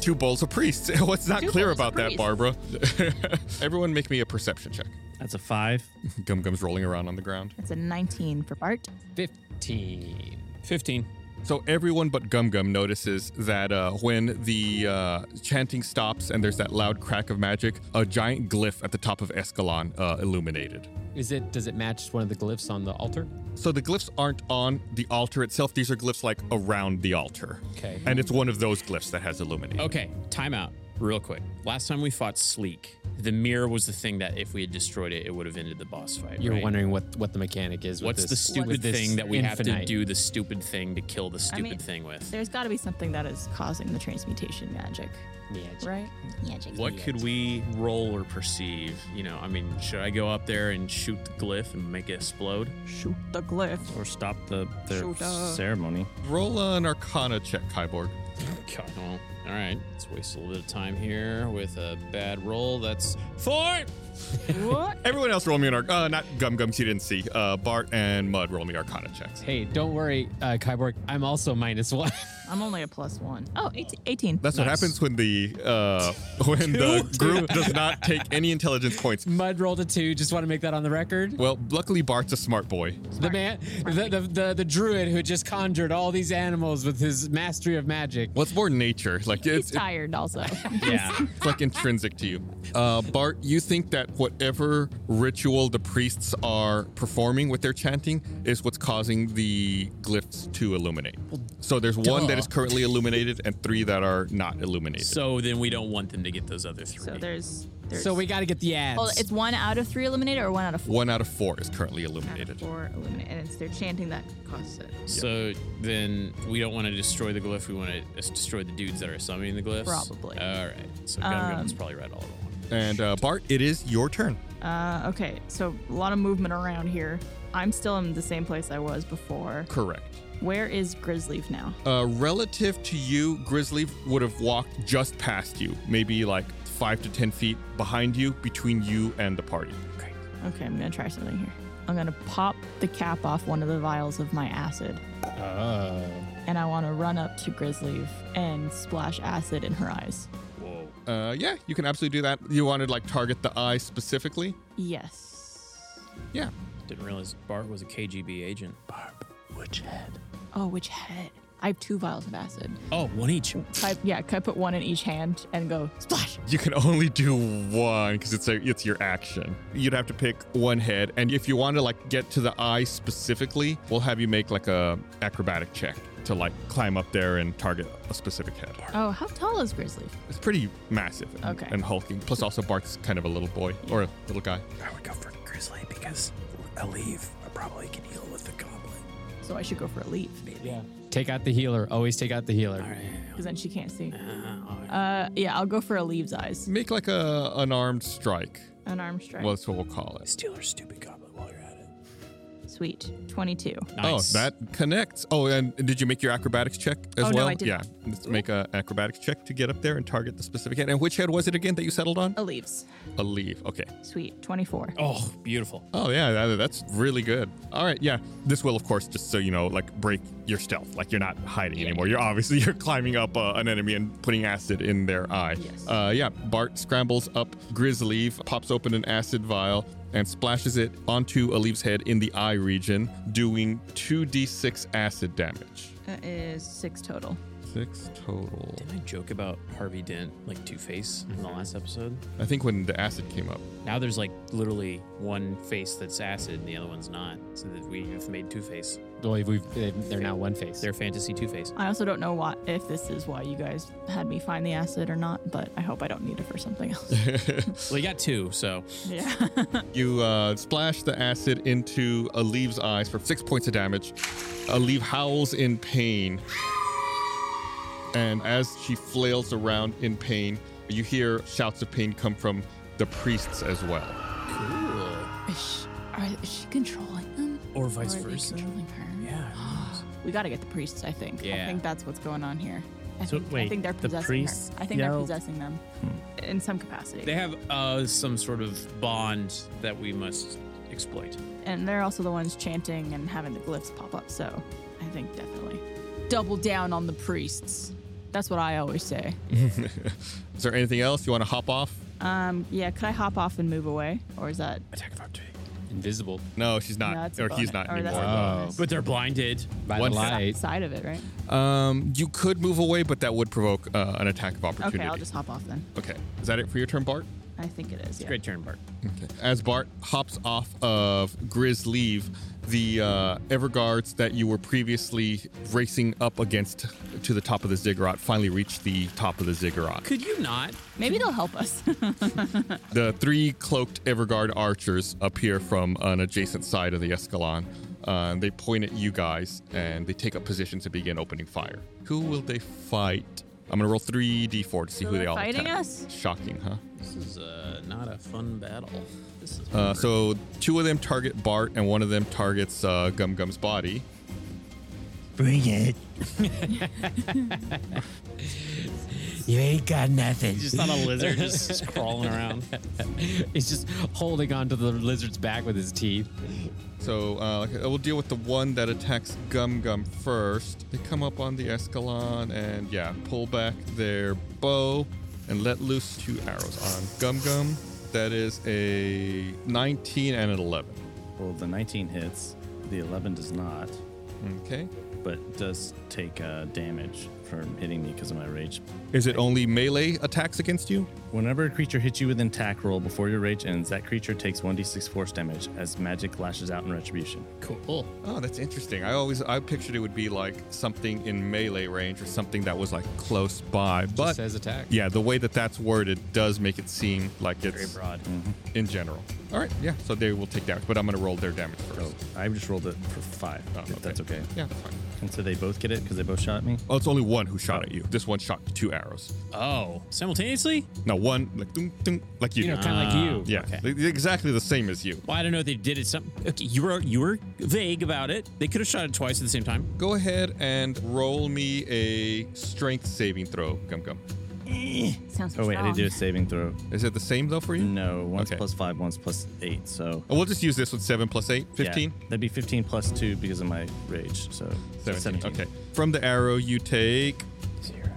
Two bowls of priests. What's not
Two
clear
bowls of
about that,
priests.
Barbara? Everyone, make me a perception check.
That's a five.
Gum Gum's rolling around on the ground.
It's a 19 for Bart.
15.
15.
So everyone but Gum Gum notices that uh, when the uh, chanting stops and there's that loud crack of magic, a giant glyph at the top of Escalon uh, illuminated.
Is it? Does it match one of the glyphs on the altar?
So the glyphs aren't on the altar itself. These are glyphs like around the altar.
Okay.
And it's one of those glyphs that has illuminated.
Okay, timeout. Real quick. Last time we fought Sleek, the mirror was the thing that if we had destroyed it, it would have ended the boss fight.
You're
right?
wondering what what the mechanic is. with
What's
this-
the
with
stupid
this
thing that we have to
infinite-
do the stupid thing to kill the stupid
mean-
thing with?
There's got to be something that is causing the transmutation magic, right?
What could we roll or perceive? You know, I mean, should I go up there and shoot the glyph and make it explode?
Shoot the glyph.
Or stop the their
Shoot, uh,
ceremony.
Roll an Arcana check, Kyborg.
God. Well, all right, let's waste a little bit of time here with a bad roll. That's four.
what?
Everyone else roll me an Arcana. Uh, not Gum Gum, she didn't see. Uh, Bart and Mud roll me Arcana checks.
Hey, don't worry, uh, Kyborg. I'm also minus one.
I'm only a plus one. Oh, 18. 18.
That's what
Nice.
happens when the uh, when the group does not take any intelligence points.
Mud rolled a two. Just want to make that on the record.
Well, luckily Bart's a smart boy.
The man, the, the, the, the druid who just conjured all these animals with his mastery of magic.
What's more nature? Like
He's
it's,
tired also.
Yeah.
it's like intrinsic to you. Uh, Bart, you think that whatever ritual the priests are performing with their chanting is what's causing the glyphs to illuminate. So there's one that is currently illuminated and three that are not illuminated.
so then we don't want them to get those other three.
So there's. there's
So we got to get the ads.
well, it's one out of three eliminated or one out of four.
one out of four is currently illuminated.
Or illuminate, and it's their chanting that causes it.
So then we don't want to destroy the glyph. We want to s- destroy the dudes that are summoning the glyphs.
Probably.
All right. So Gun
Um,
Gun's probably right all along.
And uh, Bart, it is your turn.
Uh, okay, so a lot of movement around here. I'm still in the same place I was before.
Correct.
Where is Grizzleaf now?
uh, relative to you, Grizzly would have walked just past you, maybe like five to ten feet behind you, between you and the party.
Okay, I'm gonna try something here. I'm gonna pop the cap off one of the vials of my acid. And I wanna run up to Grizzleaf and splash acid in her eyes.
Uh, yeah, you can absolutely do that. You want to like target the eye specifically?
Yes.
Yeah.
Didn't realize Bart was a KGB agent.
Oh, which head? I have two vials of acid.
Oh, one each.
I, yeah, could I put one in each hand and go splash?
You can only do one because it's a it's your action. You'd have to pick one head, and if you want to like get to the eye specifically, we'll have you make like a acrobatic check to like climb up there and target a specific head.
Oh, how tall is Grizzleaf?
It's pretty massive and,
Okay.
and hulking. Plus, also Bart's kind of a little boy or a little guy.
I would go for Grizzly because Aleve probably can heal with the goblin.
So I should go for a leaf,
take out the healer. Always take out the healer.
because then she can't see. Uh, yeah, I'll go for a leave's eyes.
Make like a unarmed strike.
An arm strike.
Well, that's what we'll call it.
Steal her stupid goblin while you're at it.
Sweet. 22.
Nice.
Oh, that connects. Oh, and did you make your acrobatics check as
Oh, no,
well?
I did
yeah,
not.
Let's make an acrobatics check to get up there and target the specific head. And which head was it again that you settled on?
A leaves.
A leaf. Okay.
Sweet. 24.
Oh, beautiful.
Oh yeah, that, that's really good. All right, yeah. This will, of course, just so you know, like break your stealth. Like you're not hiding anymore. You're obviously you're climbing up uh, an enemy and putting acid in their eye.
Yes.
Uh, yeah. Bart scrambles up Grizzly, pops open an acid vial, and splashes it onto Aliv's head in the eye region, doing two d6 acid damage.
That is six total.
Six total.
Didn't I joke about Harvey Dent, like Two Face, in the last episode?
I think when the acid came up.
Now there's like literally one face that's acid and the other one's not. So that we have made Two Face.
Well, we've, they- they're now one face.
They're fantasy Two Face.
I also don't know why, if this is why you guys had me find the acid or not, but I hope I don't need it for something else.
Well, you got two, so
yeah.
You uh, splash the acid into Aliv's eyes for six points of damage. Aliv howls in pain. And as she flails around in pain, you hear shouts of pain come from the priests as well.
Is she, are, is she controlling them?
Or vice
Or are they
versa.
controlling her?
Yeah.
We got to get the priests, I think. I
Yeah.
think that's what's going on here. I,
So,
think, I
wait,
think they're
the
possessing
priests
her. I think they're
yelled- Hmm.
possessing them in some capacity.
they have uh, some sort of bond that we must exploit.
and they're also the ones chanting and having the glyphs pop up, so I think definitely. Double down on the priests. That's what I always say.
Is there anything else you want to hop off?
Um, yeah, could I hop off and move away? Or is that
Attack of opportunity.
invisible
No, she's
No,
not.
that's a
or he's
bonus.
not
Or that's
anymore.
a bonus.
Oh.
But they're blinded.
by
One
the
face.
light.
side of it, right?
Um, you could move away, but that would provoke uh, an attack of opportunity.
Okay, I'll just hop off then.
Okay. Is that it for your turn, Bart?
I think it is. Yeah.
Great turn, Bart.
As Bart hops off of Grizz Leave, the uh, Everguards that you were previously racing up against to the top of the ziggurat finally reach the top of the ziggurat.
Could you not?
Maybe they'll help us.
The three cloaked Everguard archers appear from an adjacent side of the Escalon. Uh, they point at you guys and they take up positions to begin opening fire. Who will they fight? I'm gonna roll 3d4 to see
So
who they
they're
all
fighting
attack.
us?
Shocking, huh?
This is uh, not a fun battle. This is
Uh, so two of them target Bart, and one of them targets uh, Gum Gum's body.
Bring it. you ain't got nothing.
just not a lizard just crawling around.
He's just holding onto the lizard's back with his teeth.
So uh, like, we'll deal with the one that attacks Gum Gum first. They come up on the Escalon and yeah, pull back their bow and let loose two arrows on Gum Gum. That is a 19 and an 11.
Well, the 19 hits, the 11 does not,
Okay.
but does take uh, damage from hitting me because of my rage.
Is it only melee attacks against you?
Whenever a creature hits you with an attack roll before your rage ends, that creature takes 1d6 force damage as magic lashes out in retribution.
Cool.
Oh, that's interesting. I always I pictured it would be like something in melee range or something that was like close by, but
Just says attack.
yeah, the way that that's worded does make it seem like
Very
it's
broad.
Mm-hmm.
in general. All right, yeah. So they will take damage, but I'm gonna roll their damage first.
Oh, I just rolled it for five,
Oh,
if that's okay.
Yeah, that's fine.
And so they both get it because they both shot at me?
Oh, it's only one who shot at you. This one shot two arrows.
Oh, simultaneously? Ah,
No, one like dunk, dunk, like you.
You know, kind of like you.
yeah, Like, exactly the same as you.
Well, I don't know if they did it. Some okay, you were you were vague about it. They could have shot it twice at the same time.
Go ahead and roll me a strength saving throw, Gum Gum.
Sounds
Oh, wait, I
strong.
did do a saving throw.
Is it the same though for you?
No, one's
Okay.
plus five, one's plus eight, so.
Oh, We'll just use this with seven plus eight.
yeah,
Fifteen.
that'd be 15 plus two because of my rage, so. so
17. Okay. From the arrow, you take
Zero.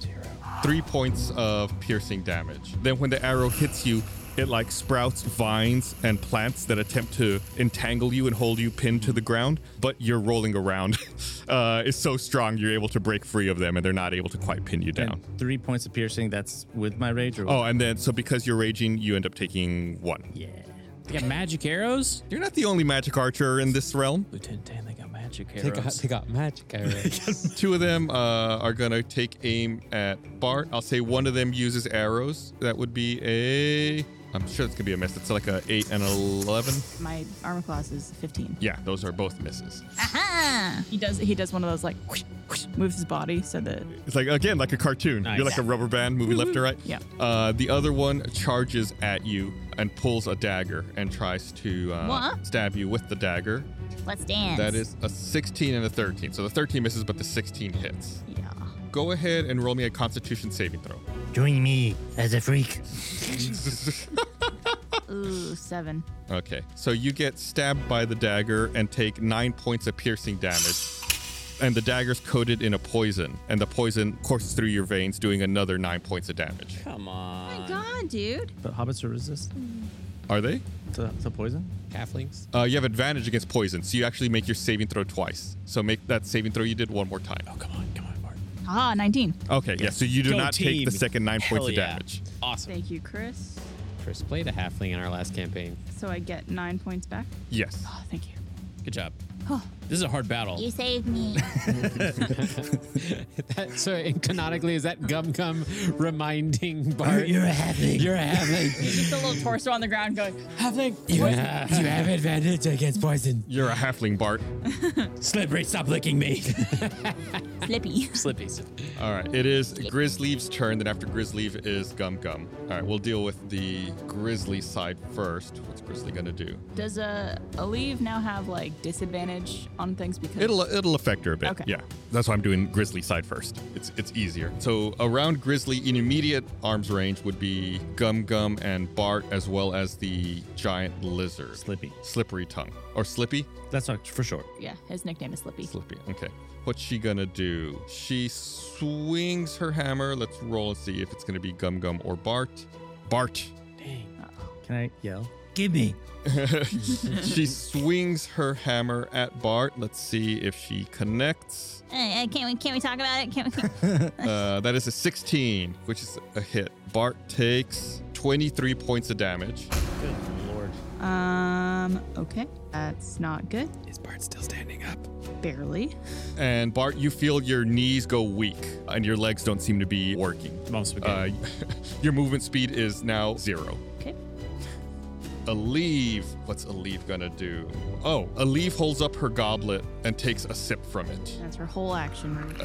Zero.
three points of piercing damage. Then, when the arrow hits you, it like sprouts vines and plants that attempt to entangle you and hold you pinned to the ground. But you're rolling around. Uh, it's so strong, you're able to break free of them, and they're not able to quite pin you down.
And Oh. three points of piercing, that's with my rage or
Oh, and then so because you're raging, you end up taking one.
Yeah.
They got magic arrows.
You're not the only magic archer in this realm.
Lieutenant Dan, they got magic
They got,
arrows.
they got magic uh, arrows.
Two of them uh, are gonna take aim at Bart. I'll say one of them uses arrows. That would be a. I'm sure it's gonna be a miss. It's like a eight and an eleven.
My armor class is 15.
Yeah, those are both misses.
He does he does one of those like whoosh, moves his body so that
It's like again like a cartoon.
Nice.
You're like a rubber band moving left to right.
Yeah.
Uh, the other one charges at you and pulls a dagger and tries to uh,
What?
stab you with the dagger.
Let's dance.
That is a 16 and a 13. So the 13 misses, but the 16 hits.
Yeah.
Go ahead and roll me a Constitution saving throw.
Join me as a freak.
Ooh, seven.
Okay. So you get stabbed by the dagger and take nine points of piercing damage. And the dagger's coated in a poison, and the poison courses through your veins, doing another nine points of damage.
Come on.
God, dude.
But hobbits are resist
Are they?
to, to poison?
Halflings.
Uh, you have advantage against poison, so you actually make your saving throw twice. So make that saving throw you did one more time.
Oh, Come on, come on, Bart.
Ah, 19.
Okay, yeah. So you do
Go
not take the
team.
second nine
Hell
points of
yeah.
damage.
Awesome.
thank you Chris
Chris played a halfling in our last campaign.
So I get nine points back.
Yes.
oh thank you
Good job. This is a hard battle.
You saved me.
That, so and canonically, is that Gum Gum reminding Bart?
Oh, You're a halfling.
You're a halfling.
Just a little torso on the ground going, halfling.
You, you have advantage against poison.
You're a halfling, Bart.
Slippery, stop licking me.
Slippy.
Slippy.
All right. It is Grizzleaf's turn. Then after Grizzleaf is Gum Gum. All right. We'll deal with the Grizzly side first. What's Grizzly gonna do?
does uh Aleve now have like disadvantage on things because
It'll it'll affect her a bit.
Okay.
Yeah. That's why I'm doing Grizzly side first. It's it's easier. So around Grizzly, in immediate arms range would be Gum Gum and Bart, as well as the giant lizard,
Slippy.
Slippery Tongue, or Slippy.
That's not for sure.
yeah his nickname is Slippy
Slippy. Okay. What's she gonna do? She swings her hammer. Let's roll and see if it's gonna be Gum Gum or Bart. Bart.
Can I yell?
Give me.
she swings her hammer at Bart. Let's see if she connects.
Hey, uh, can't we can't we talk about it? Can't we? Can't...
Uh, that is a 16, which is a hit. Bart takes 23 points of damage.
Um, okay. That's not good.
Is Bart still standing up?
Barely.
And Bart, you feel your knees go weak and your legs don't seem to be working.
Mom spaghetti.
Uh, your movement speed is now zero.
okay
Aleve, what's Aleve gonna do? Oh, Aleve holds up her goblet and takes a sip from it.
That's her whole action.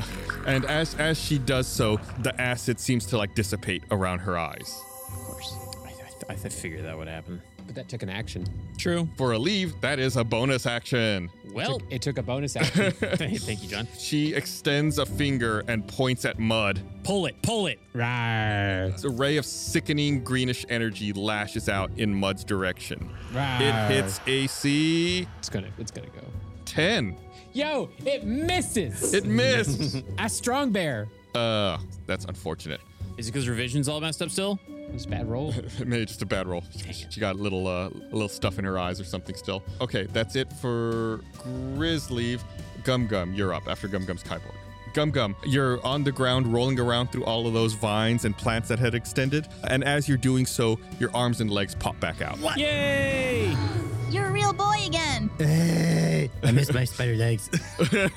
And as as she does so, the acid seems to like dissipate around her eyes.
of course. I, I, I figured that would happen.
But that took an action.
True.
For Aleve, that is a bonus action.
Well,
Took- it took a bonus action.
thank, thank you, John.
She extends a finger and points at mud.
Pull it, pull it.
Rawr.
A ray of sickening greenish energy lashes out in Mud's direction.
Rawr.
It hits AC
It's gonna. It's gonna go.
10.
Yo, it misses.
It missed.
a strong bear.
uh, that's unfortunate.
Is it because revision's all messed up still?
It's a bad roll.
It made just a bad roll. She got a little uh, a little stuff in her eyes or something still. Okay, that's it for Grizzly. Gum Gum, you're up after Gum Gum's Kyborg. Gum Gum, you're on the ground rolling around through all of those vines and plants that had extended. And as you're doing so, your arms and legs pop back out.
Yay!
You're a real boy again.
I miss my spider legs.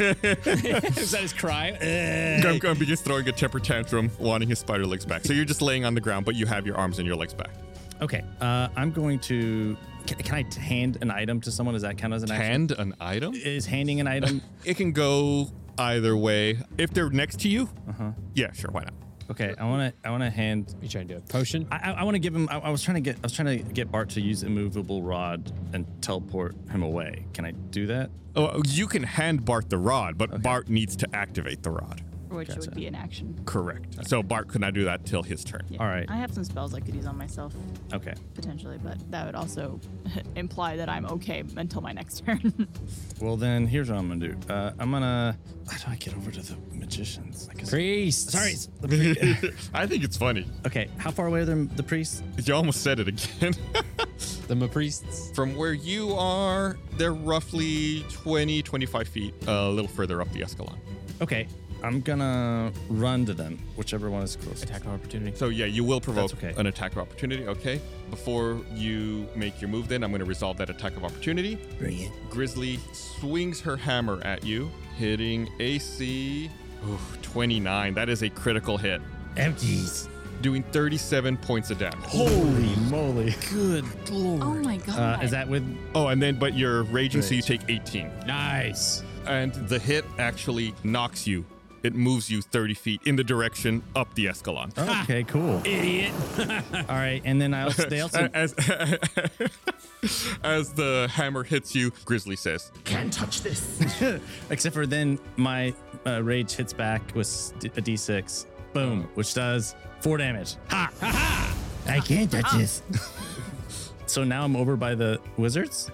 Is that his cry?
Gum Gum begins throwing a temper tantrum, wanting his spider legs back. So you're just laying on the ground, but you have your arms and your legs back.
Okay. Uh, I'm going to. Can, can I t- hand an item to someone? Does that count as an action?
Hand an item?
Is handing an item.
It can go either way. If they're next to you, uh-huh. yeah, sure, why not?
okay. I want to. I want to hand.
You trying to do a potion?
I, I, I want to give him. I, I was trying to get. I was trying to get Bart to use immovable rod and teleport him away. Can I do that?
Oh, you can hand Bart the rod, but Bart needs to activate the rod.
Which would be an action.
Correct. So Bart could not do that till his turn.
Yeah.
All right.
I have some spells I could use on myself,
Okay.
potentially, but that would also imply that I'm okay until my next turn.
Well then, here's what I'm gonna do. Uh, I'm gonna. How do I get over to the magicians? Like, is-
Priest.
Sorry. it's the pri-
I think it's funny.
okay. How far away are the, the priests?
You almost said it again.
The ma priests.
From where you are, they're roughly 20, 25 feet, a little further up the Escalon.
Okay. I'm gonna run to them, whichever one is closest. Attack opportunity.
So yeah, you will provoke
That's okay.
an attack of opportunity. Okay. Before you make your move, then I'm going to resolve that attack of opportunity.
Bring it.
Grizzly swings her hammer at you, hitting AC oof, 29. That is a critical hit,
Empties.
doing 37 points of damage.
Holy moly!
Good lord.
oh my god.
Uh, is that with?
Oh, and then but you're raging, so you take 18.
Nice.
And the hit actually knocks you It moves you 30 feet in the direction up the Escalon.
Okay, cool.
Idiot.
All right, and then I also, they also
as, as the hammer hits you, Grizzly says,
Can't touch this.
Except for then my uh, rage hits back with d- a d6. Boom, which does four damage. Ha! Ha ha! Ah. I can't touch this. so now I'm over by the wizards.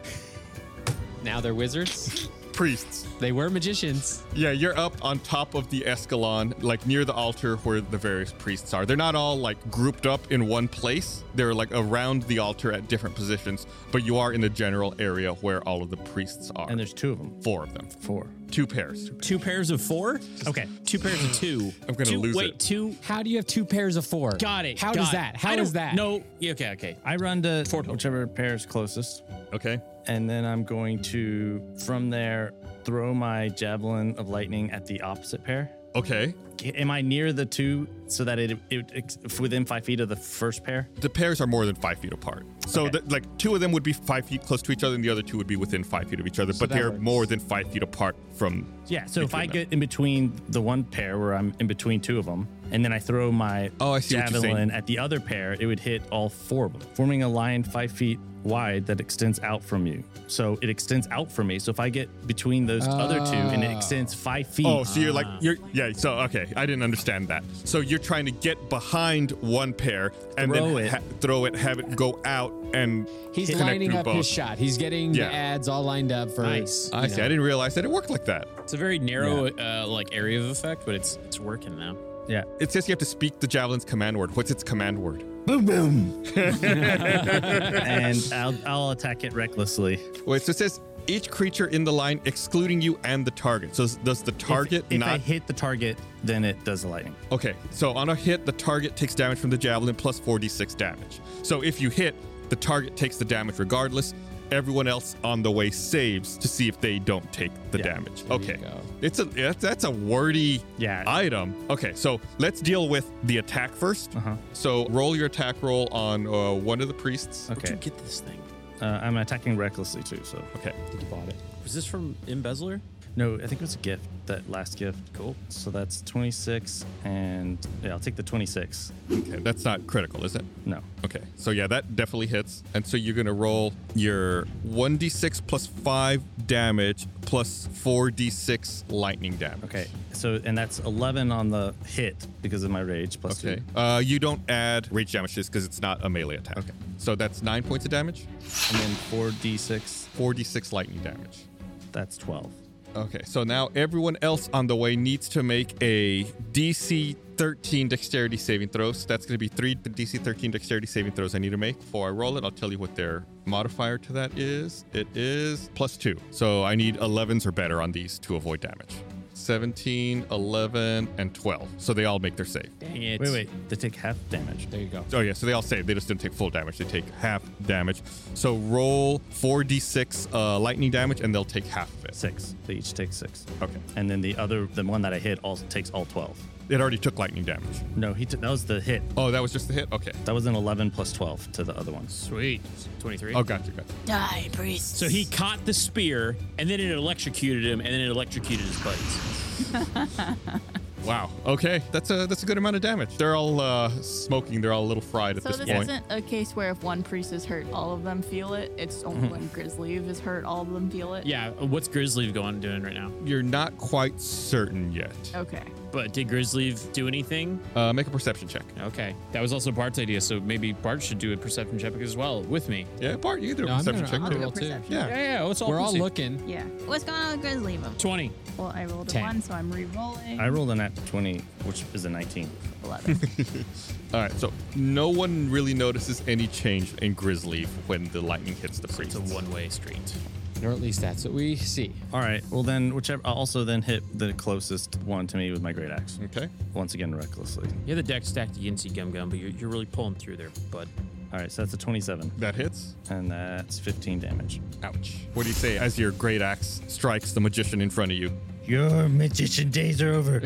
Now they're wizards?
Priests.
They were magicians.
Yeah, you're up on top of the Escalon, like near the altar where the various priests are. They're not all like grouped up in one place, they're like around the altar at different positions, but you are in the general area where all of the priests are. And
there's two of them.
Four of them.
Four.
Two pairs.
Two pairs of four? Okay. Two pairs of two.
I'm gonna
two,
lose
wait,
it.
two.
How do you have two pairs of four?
Got it.
How
got
does
it.
that?
I
How
don't-
does that?
No. Yeah, okay, okay.
I run to whichever pair is closest.
Okay.
And then I'm going to, from there, throw my javelin of lightning at the opposite pair.
Okay.
Am I near the two so that it, it, it's within five feet of the first pair?
The pairs are more than five feet apart. So, the, like, two of them would be five feet close to each other, and the other two would be within five feet of each other, but
that
they're
works.
more than five feet apart from.
Yeah, so if
between
I
them.
get in between the one pair where I'm in between two of them, and then I throw my
Oh, I see what you're saying.
javelin at the other pair, it would hit all four of them, forming a line five feet wide that extends out from you. So it extends out from me. So if I get between those other two and it
Oh.
extends five feet.
Oh, so you're like
Ah.
you're yeah. So okay, I didn't understand that. So you're trying to get behind one pair and
Throw
then
it.
ha- throw it, have it go out, and
He's
connect
lining
to
up
both.
his shot. He's getting
Yeah.
the ads all lined up for
Nice. Uh,
I see. I didn't realize that it worked like that.
It's a very narrow uh, like area of effect, but it's it's working now.
Yeah.
It says you have to speak the javelin's command word. What's its command word?
boom, boom. and I'll, I'll attack it recklessly.
Wait. So it says each creature in the line, excluding you and the target. So s- does the target
if, if I
not?
hit the target, then it does the lightning.
Okay. So on a hit, the target takes damage from the javelin plus 4d6 damage. So if you hit, the target takes the damage regardless. Everyone else on the way saves to see if they don't take the damage. Okay. It's a that's- that's a wordy
Yeah.
item. Okay, so let's deal with the attack 1st
Uh-huh.
So roll your attack roll on uh, one of the priests.
Okay.
Get this thing.
Uh, I'm attacking recklessly too, so.
Okay.
You bought it.
Was this from Embezzler?
No, I think it was a gift, that last gift. Cool. So that's 26, and yeah, I'll take the 26.
Okay, that's not critical, is it?
No.
Okay, so yeah, that definitely hits. And so you're gonna roll your 1d6 plus 5 damage plus 4d6 lightning damage.
Okay. So, and that's 11 on the hit because of my rage, plus
Okay.
two.
Uh, you don't add rage damage just because it's not a melee attack. Okay. So that's nine points of damage.
And then 4d6.
4d6 lightning damage.
That's 12.
Okay. So now everyone else on the way needs to make a DC 13 dexterity saving throws. That's going to be three DC 13 dexterity saving throws I need to make. Before I roll it, I'll tell you what their modifier to that is. It is plus two. So I need 11s or better on these to avoid damage. 17, 11, and 12. So they all make their save.
Dang it.
Wait, wait. They take half damage.
There you go.
Oh yeah, so they all save. They just didn't take full damage. They take half damage. So roll four d six uh, lightning damage, and they'll take half of it.
Six. They each take six.
Okay.
And then the other, the one that I hit, also takes all 12.
It already took lightning damage.
No, he took that was the hit.
Oh, that was just the hit. Okay.
That was an 11 plus 12 to the other one.
Sweet. 23.
Oh, gotcha, gotcha.
Die, priest.
So he caught the spear and then it electrocuted him and then it electrocuted his buddies.
Wow. Okay, that's a that's a good amount of damage. They're all uh, smoking. They're all a little fried at
So
this,
this
point.
isn't a case where if one priest is hurt, all of them feel it. It's only
Mhm.
when Grizzly is hurt, all of them feel it.
Yeah, what's Grizzly going doing right now?
You're not quite certain yet.
Okay.
But did Grizzly do anything?
Uh, make a perception check.
Okay. That was also Bart's idea, so maybe Bart should do a perception check as well with me.
Yeah, Bart, you can do a
No, I'm
perception
gonna-
check
I'll
too.
do a Roll too. perception.
Yeah.
Yeah, yeah, oh, it's all
We're all
pussy.
looking.
Yeah. What's going on with Grizzly?
20.
Well, I rolled
Ten.
a one, so I'm re-rolling.
I rolled a nat 20, which is a 19.
11.
All right. So no one really notices any change in Grizzly when the lightning hits the priest.
It's a one-way street.
Or at least that's what we see.
All right. Well, then, whichever. I'll also then hit the closest one to me with my great axe.
Okay.
Once again, recklessly.
Yeah, the deck stacked against you, Gum Gum, but you're, you're really pulling through there, bud.
All right. So that's a 27.
That hits.
And that's 15 damage.
Ouch. What do you say as your great axe strikes the magician in front of you?
Your magician days are over.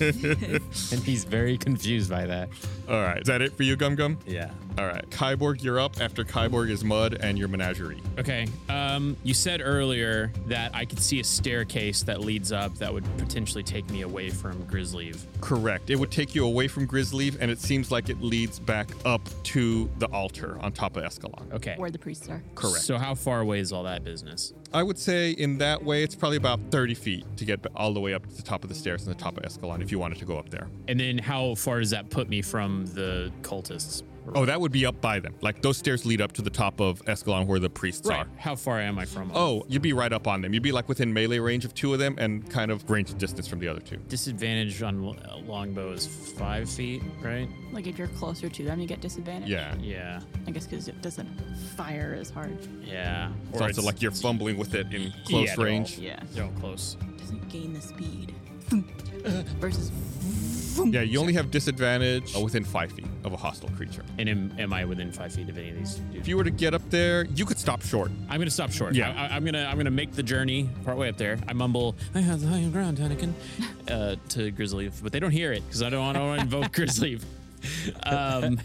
and he's very confused by that.
All right. Is that it for you, Gum Gum?
Yeah.
All right. Kyborg, you're up after Kyborg is Mud and your menagerie.
Okay. Um, you said earlier that I could see a staircase that leads up that would potentially take me away from Grizzly.
Correct. It would take you away from Grizzleave, and it seems like it leads back up to the altar on top of Escalon.
Okay.
Where the priests are.
Correct.
So how far away is all that business?
I would say in that way, it's probably about 30 feet to get all the way up to the top of the stairs and the top of Escalon if you wanted to go up there.
And then how far does that put me from the cultists?
Oh, that would be up by them. Like those stairs lead up to the top of Escalon where the priests
Right.
are.
How far am I from?
Oh, you'd be right up on them. You'd be like within melee range of two of them and kind of range distance from the other two.
Disadvantage on uh, longbow is five feet, right?
Like if you're closer to them, you get disadvantage.
Yeah.
I guess because it doesn't fire as hard.
Yeah.
It's also like you're fumbling with it in close
Yeah, they're all-
range.
yeah.
They're all close.
Doesn't gain the speed. Versus.
Yeah, you only have disadvantage uh, within five feet of a hostile creature.
And am, am I within five feet of any of these?
If you were to get up there, you could stop short.
I'm gonna stop short.
Yeah.
I, I, am gonna I'm gonna make the journey partway up there. I mumble, "I have the higher ground, Anakin," uh, to Grizzly, but they don't hear it because I don't want to invoke Grizzly. Um,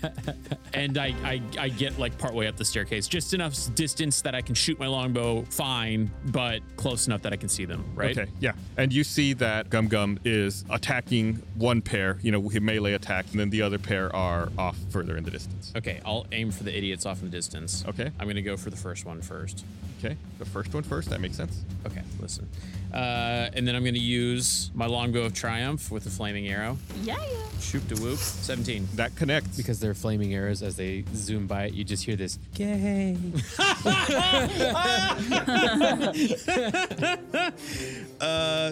and I, I I get like partway up the staircase, just enough s- distance that I can shoot my longbow fine, but close enough that I can see them. Right.
Okay, yeah. And you see that Gum Gum is attacking one pair, you know, with melee attack, and then the other pair are off further in the distance.
Okay, I'll aim for the idiots off in the distance.
Okay.
I'm gonna go for the first one first.
Okay, the first one first, that makes sense.
Okay, listen. Uh, and then I'm gonna use my longbow of triumph with the flaming arrow.
Yeah,
Shoop de whoop. 17.
That connects.
Because they're flaming arrows as they zoom by it, you just hear this.
Gay.
Uh,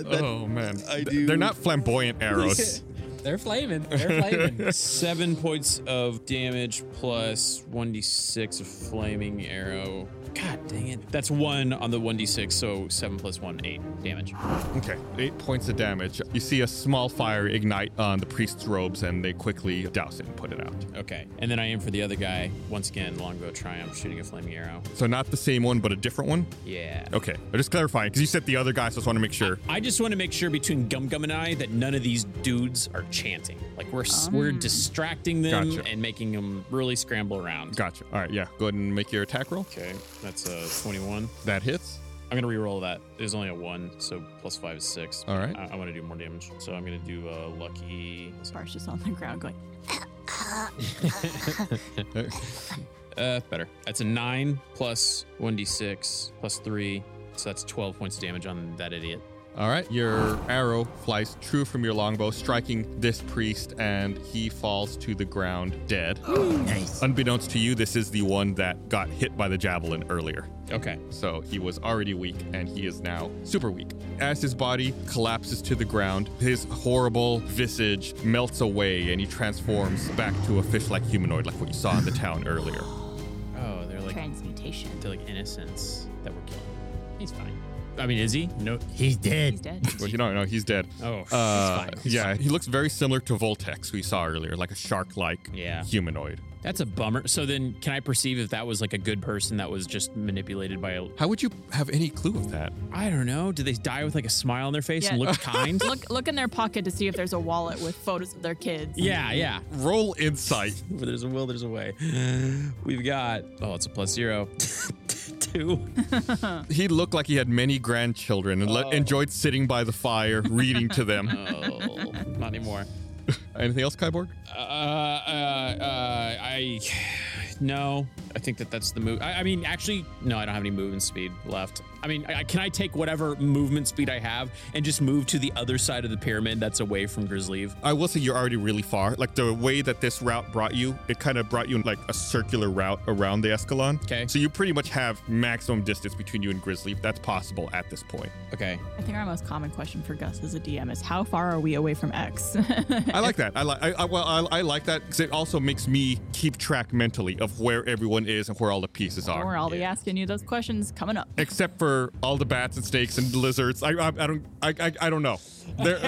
oh, man. I do. They're not flamboyant arrows.
They're flaming. They're flaming.
Seven points of damage plus 1d6 of flaming arrow. God dang it. That's one on the 1d6, so seven plus one, eight damage.
Okay, eight points of damage. You see a small fire ignite on the priest's robes, and they quickly douse it and put it out.
Okay. And then I aim for the other guy. Once again, longbow triumph, shooting a flaming arrow.
So, not the same one, but a different one?
Yeah.
Okay, I'm just clarifying, because you said the other guy, so I just want to make sure.
I just want to make sure between Gum Gum and I that none of these dudes are chanting. Like we're s we're distracting them
Gotcha.
and making them really scramble around.
Gotcha. All right, yeah. Go ahead and make your attack roll.
Okay, that's a 21.
That hits.
I'm gonna re-roll that. There's only a one, so plus five is six.
All right.
I, I want to do more damage, so I'm gonna do a lucky.
Bar's just on the ground going.
uh, better. That's a nine plus one d six plus three, so that's 12 points of damage on that idiot.
All right, your arrow flies true from your longbow, striking this priest, and he falls to the ground dead.
nice.
Unbeknownst to you, this is the one that got hit by the javelin earlier.
Okay.
So he was already weak, and he is now super weak. As his body collapses to the ground, his horrible visage melts away, and he transforms back to a fish like humanoid, like what you saw in the town earlier.
Oh, they're like
Transmutation.
They're like innocents that were killed. He's fine. I mean, is he? No,
he's dead.
He's dead.
Well, you know, no, he's dead.
Oh, he's
Uh,
fine.
yeah, he looks very similar to Voltex, who we saw earlier, like a shark-like
Yeah.
humanoid.
That's a bummer. So then, can I perceive if that was like a good person that was just manipulated by a?
How would you have any clue of that?
I don't know. Did they die with like a smile on their face and
Yeah.
looked kind?
look, look in their pocket to see if there's a wallet with photos of their kids.
Yeah, yeah.
Roll insight.
Where there's a will, there's a way. We've got. Oh, it's a plus zero. Two.
He looked like he had many grandchildren and le- enjoyed sitting by the fire reading to them.
Oh, not anymore.
Anything else, Kyborg?
Uh, uh, uh, I. No, I think that that's the move. I, I mean, actually, no, I don't have any movement speed left. I mean, I, I- can I take whatever movement speed I have and just move to the other side of the pyramid that's away from Grizzleave?
I will say you're already really far. Like the way that this route brought you, it kind of brought you in like a circular route around the Escalon.
Okay.
So you pretty much have maximum distance between you and Grizzly. That's possible at this point.
Okay.
I think our most common question for Gus as a DM is how far are we away from X?
I like that. I like. I, I, well, I, I like that because it also makes me keep track mentally of where everyone mountain is and where all the pieces are.
Don't worry, I'll be asking you those questions coming up.
Except for all the bats and snakes and lizards. I I, I don't I, I I don't know. They're,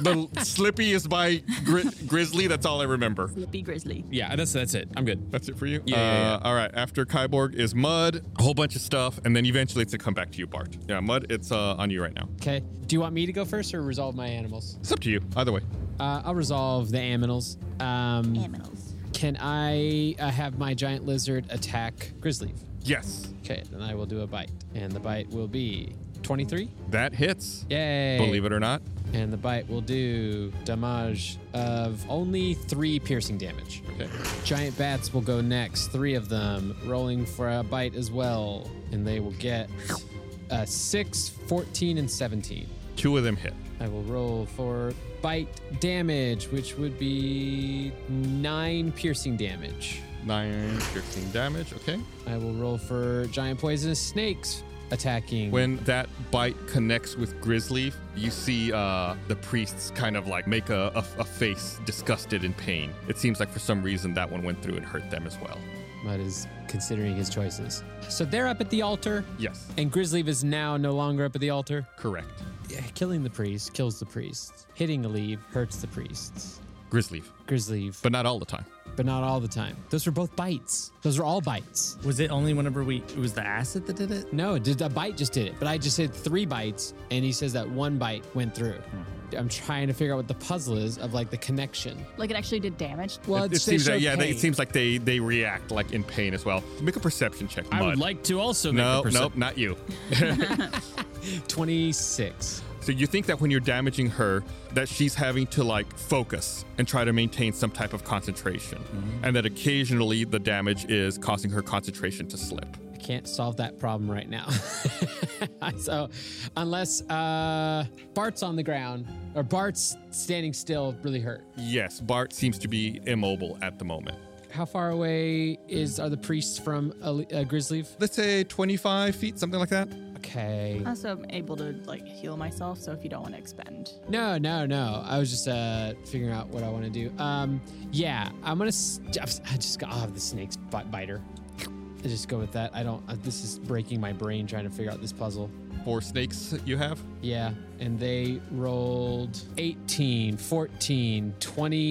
the Slippy is by gri- Grizzly. That's all I remember.
Slippy Grizzly.
Yeah, that's that's it. I'm good.
That's it for you.
Yeah, yeah,
Uh, All right. After Kyborg is Mud, a whole bunch of stuff, and then eventually it's gonna come back to you, Bart. Yeah, Mud. It's uh, on you right now.
Okay. Do you want me to go first or resolve my animals?
It's up to you. Either way.
Uh, I'll resolve the aminals. Um, aminals. Can I uh, have my giant lizard attack Grizzly?
Yes.
Okay, then I will do a bite. And the bite will be 23.
That hits.
Yay.
Believe it or not.
And the bite will do damage of only three piercing damage.
Okay.
Giant bats will go next, three of them, rolling for a bite as well. And they will get uh, 6, 14, and 17.
Two of them hit.
I will roll for bite damage, which would be 9 piercing damage.
Nine piercing damage. Okay.
I will roll for giant poisonous snakes attacking.
When that bite connects with Grizzly, you see uh, the priests kind of like make a, a, a face disgusted in pain. It seems like for some reason that one went through and hurt them as well.
Mud is considering his choices. So they're up at the altar.
Yes.
And Grizzly is now no longer up at the altar.
Correct.
Yeah, killing the priest kills the priest. Hitting a leave hurts the priests.
Grizzly.
Grizzly.
But not all the time.
But not all the time. Those were both bites. Those were all bites.
Was it only whenever we it was the acid that did it?
No, did a bite just did it. But I just hit three bites, and he says that one bite went through. I'm trying to figure out what the puzzle is of like the connection.
Like it actually did damage.
Well,
it, it
it's- they
seems
show
that, yeah, they,
pain.
it seems like they they react like in pain as well. Make a perception check.
I
Mud.
would like to also make
no,
a percep-
nope, not you.
26.
So you think that when you're damaging her, that she's having to like focus and try to maintain some type of concentration,
Mm-hmm.
and that occasionally the damage is causing her concentration to slip.
I can't solve that problem right now. so, unless uh, Bart's on the ground or Bart's standing still, really hurt.
Yes, Bart seems to be immobile at the moment.
How far away is are the priests from a, a Grizzly?
Let's say 25 feet, something like that.
Okay.
Uh,
Also, Uh, I'm able to like heal myself, so if you don't want to expend.
No, no, no. I was just uh, figuring out what I want to do. Um, yeah, I'm gonna. s- I just got oh, the snake's bite biter. I just go with that. I don't. Uh, this is breaking my brain trying to figure out this puzzle.
Four snakes you have?
Yeah, and they rolled 18, 14,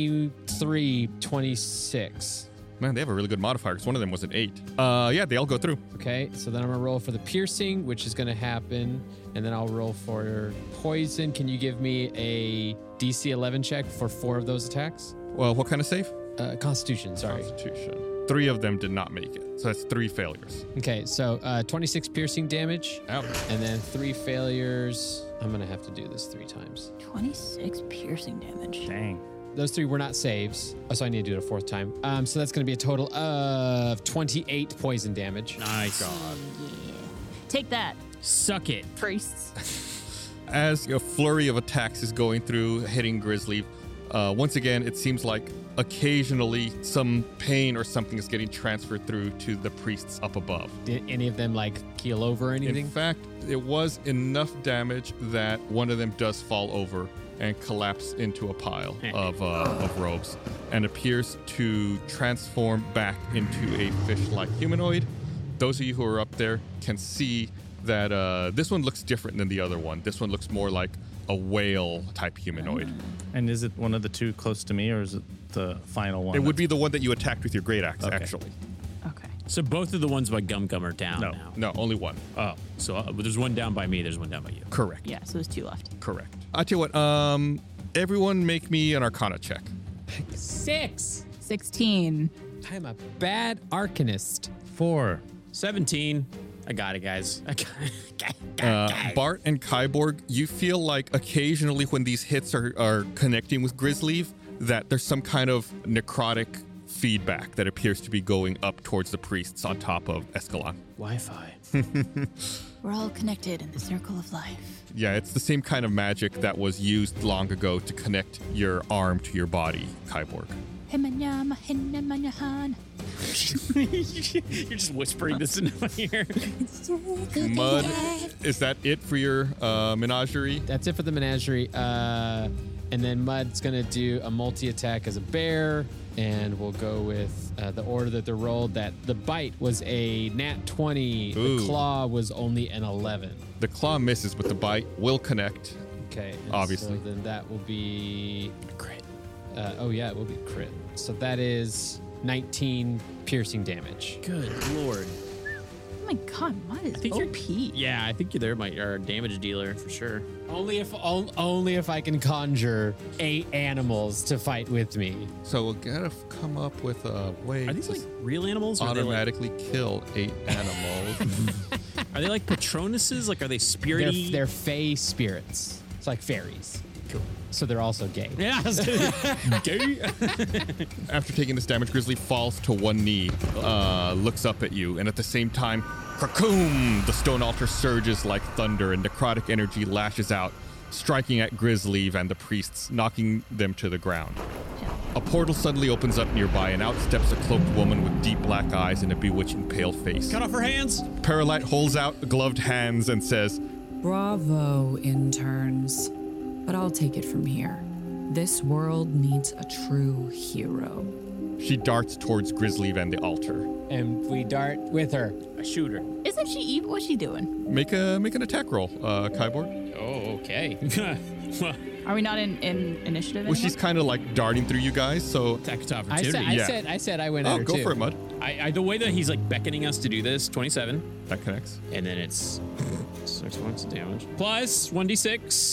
23, 26.
Man, they have a really good modifier because one of them was an eight. Uh, yeah, they all go through.
Okay, so then I'm gonna roll for the piercing, which is gonna happen, and then I'll roll for poison. Can you give me a DC 11 check for four of those attacks?
Well, what kind of save?
Uh, Constitution, sorry.
Constitution. Three of them did not make it, so that's three failures.
Okay, so uh, 26 piercing damage,
Ouch.
and then three failures. I'm gonna have to do this three times.
26 piercing damage.
Dang.
Those three were not saves, oh, so I need to do it a fourth time. Um, so that's gonna be a total of 28 poison damage.
Nice. God.
Take that,
Suck it.
priests.
As a flurry of attacks is going through, hitting Grizzly, uh, once again, it seems like occasionally some pain or something is getting transferred through to the priests up above.
Did any of them like keel over or anything?
In fact, it was enough damage that one of them does fall over and collapse into a pile of, uh, of robes and appears to transform back into a fish like humanoid. Those of you who are up there can see that uh, this one looks different than the other one. This one looks more like a whale type humanoid.
And is it one of the two close to me, or is it the final one?
It would be the one that you attacked with your great axe, actually.
So both of the ones by Gum Gum are down
No,
now.
no, only one.
Oh, so uh, there's one down by me. There's one down by you.
Correct.
Yeah, so there's two left.
Correct. I tell you what, um, everyone make me an Arcana check.
Six.
16.
I'm a bad arcanist.
Four.
17. I got it, guys. I got it.
Uh, Bart and Kyborg, you feel like occasionally when these hits are, are connecting with Grizzly, that there's some kind of necrotic feedback that appears to be going up towards the priests on top of Escalon.
Wi-Fi.
We're all connected in the circle of life.
Yeah, it's the same kind of magic that was used long ago to connect your arm to your body, Kyborg.
Himanyama, hinamanyahan.
You're just whispering this into my ear.
Oh
Mud, is that it for your uh, menagerie?
That's it for the menagerie. Uh, And then Mud's going to do a multi attack as a bear. And we'll go with uh, the order that they're rolled that the bite was a nat 20, the
Ooh.
claw was only an 11.
The claw misses with the bite. Will connect.
Okay. and
Obviously.
So then that will be crit. Uh, oh, yeah, it will be crit. So that is 19 piercing damage.
Good lord.
Oh my god, Mud is OP.
Yeah, I think you're there, my you're a damage dealer for sure.
Only if on, only if I can conjure eight animals to fight with me.
So we'll gotta f- come up with a way.
Are these
to
like real animals? Or are they like,
automatically kill eight animals?
are they like patronuses? Like are they
They're,
spirity?
they're fey spirits. It's like fairies. Cool. So they're also gay.
Yeah.
After taking this damage, Grizzly falls to one knee, uh, looks up at you, and at the same time, krakoom! The stone altar surges like thunder, and necrotic energy lashes out, striking at Grizzly and the priests, knocking them to the ground. A portal suddenly opens up nearby, and out steps a cloaked woman with deep black eyes and a bewitching pale face.
Cut off her hands.
Paralyte holds out gloved hands and says,
Bravo, interns. But I'll take it from here. This world needs a true hero.
She darts towards Grizzly and the altar.
And we dart with her.
I shoot her.
Isn't she evil? What's she doing?
Make a make an attack roll, uh, Kyborg.
Oh, okay.
Are we not in, in initiative?
well, she's kind of like darting through you guys, so
attack of
I said, I said, I said, I went. at
Oh,
her
go
too.
for it, Mud.
I, I the way that he's like beckoning us to do this, 27.
That connects.
And then it's six points of damage. Plus 1d6,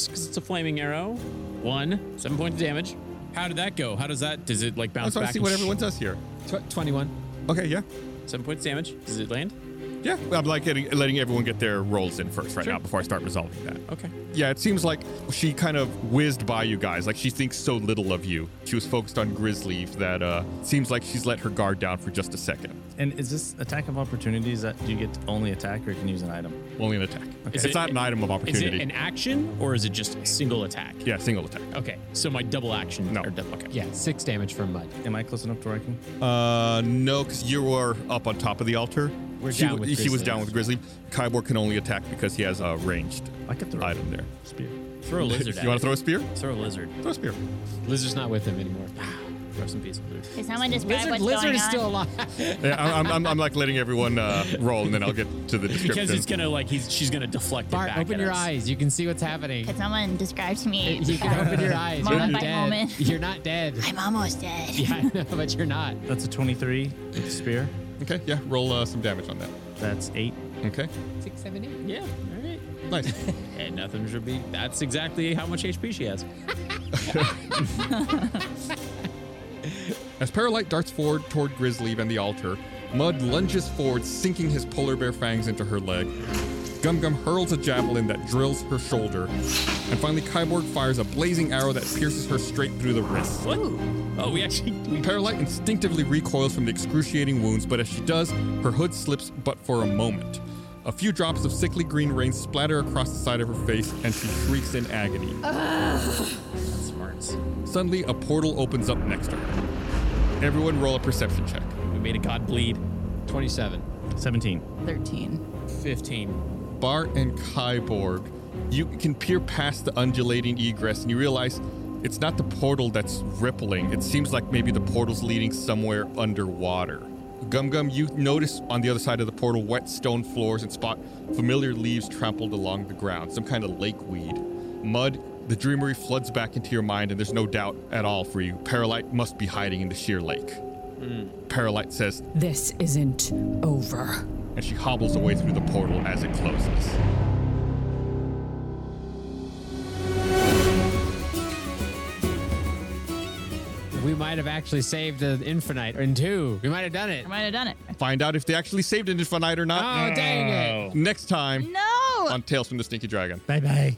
because it's a flaming arrow. One, seven points of damage. How did that go? How does that does it like
I
bounce
just want to
back?
see
and
what
sh-
everyone does here.
Tw- Twenty-one.
Okay, yeah,
Seven points damage. Does it land?
yeah. I'm like getting, letting everyone get their rolls in first right now before I start resolving that.
Okay.
Yeah, it seems like she kind of whizzed by you guys. Like she thinks so little of you. She was focused on Grizzly that uh seems like she's let her guard down for just a second.
And is this attack of opportunities that do you get only attack or can you use an item?
Only an attack. It's not an item of
Is
opportunity.
it an action or is it just a single attack?
Yeah, single attack.
Okay, so my double action. No. Or double, okay.
Yeah, six damage from Mud.
Am I close enough to where I can?
Uh, no, because you were up on top of the altar.
We're
she,
down with
she was
Grizzly.
down with Grizzly. Kybor can only attack because he has a ranged I could throw item there. Spear.
Throw a lizard at
you want
it.
to throw a spear?
Throw a lizard.
Throw a spear.
Lizard's not with him anymore.
Rest in peace, lizard.
Can someone describe
lizard,
what's
lizard
going
is
on?
still alive.
yeah, I'm, I'm, I'm like letting everyone uh, roll, and then I'll get to the description.
Because it's gonna like he's she's gonna deflect it
Bart,
back.
open
at
your
us.
eyes. You can see what's happening.
Can someone describe to me?
You can open your eyes. You're
Moment
not
by
dead.
moment.
You're not dead.
I'm almost dead.
Yeah, I know, but you're not.
That's a 23 with the spear.
Okay, yeah, roll uh, some damage on that.
That's eight.
Okay.
Six, seven, eight.
Yeah. All right.
Nice.
and nothing should be. That's exactly how much HP she has.
As Paralyte darts forward toward Grizzly and the altar, Mud lunges forward, sinking his polar bear fangs into her leg. Gum Gum hurls a javelin that drills her shoulder, and finally Kyborg fires a blazing arrow that pierces her straight through the wrist.
What? Oh, we actually.
Paralyte instinctively recoils from the excruciating wounds, but as she does, her hood slips but for a moment. A few drops of sickly green rain splatter across the side of her face, and she shrieks in agony.
Smarts.
Suddenly, a portal opens up next to her. Everyone roll a perception check.
We made a god bleed.
27.
17.
13.
15.
Bart and Kyborg, you can peer past the undulating egress and you realize it's not the portal that's rippling. It seems like maybe the portal's leading somewhere underwater. Gum Gum, you notice on the other side of the portal wet stone floors and spot familiar leaves trampled along the ground, some kind of lake weed. Mud, the dreamery floods back into your mind, and there's no doubt at all for you. Paralyte must be hiding in the sheer lake. Paralyte says,
This isn't over.
and she hobbles away through the portal as it closes.
We might have actually saved the Infinite in two. We might have done it.
I might have done it.
Find out if they actually saved an infinite or not.
Oh, dang
it. Next time
No!
on Tales from the Stinky Dragon.
Bye bye.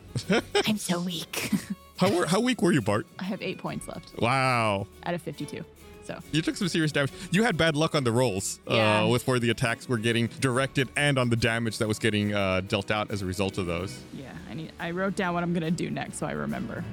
I'm so weak.
How, were, how weak were you, Bart?
I have eight points left
Wow.
out of 52. So
You took some serious damage. You had bad luck on the rolls
Yeah.
uh, with where the attacks were getting directed and on the damage that was getting uh, dealt out as a result of those.
yeah, I need. I wrote down what I'm gonna do next, so I remember.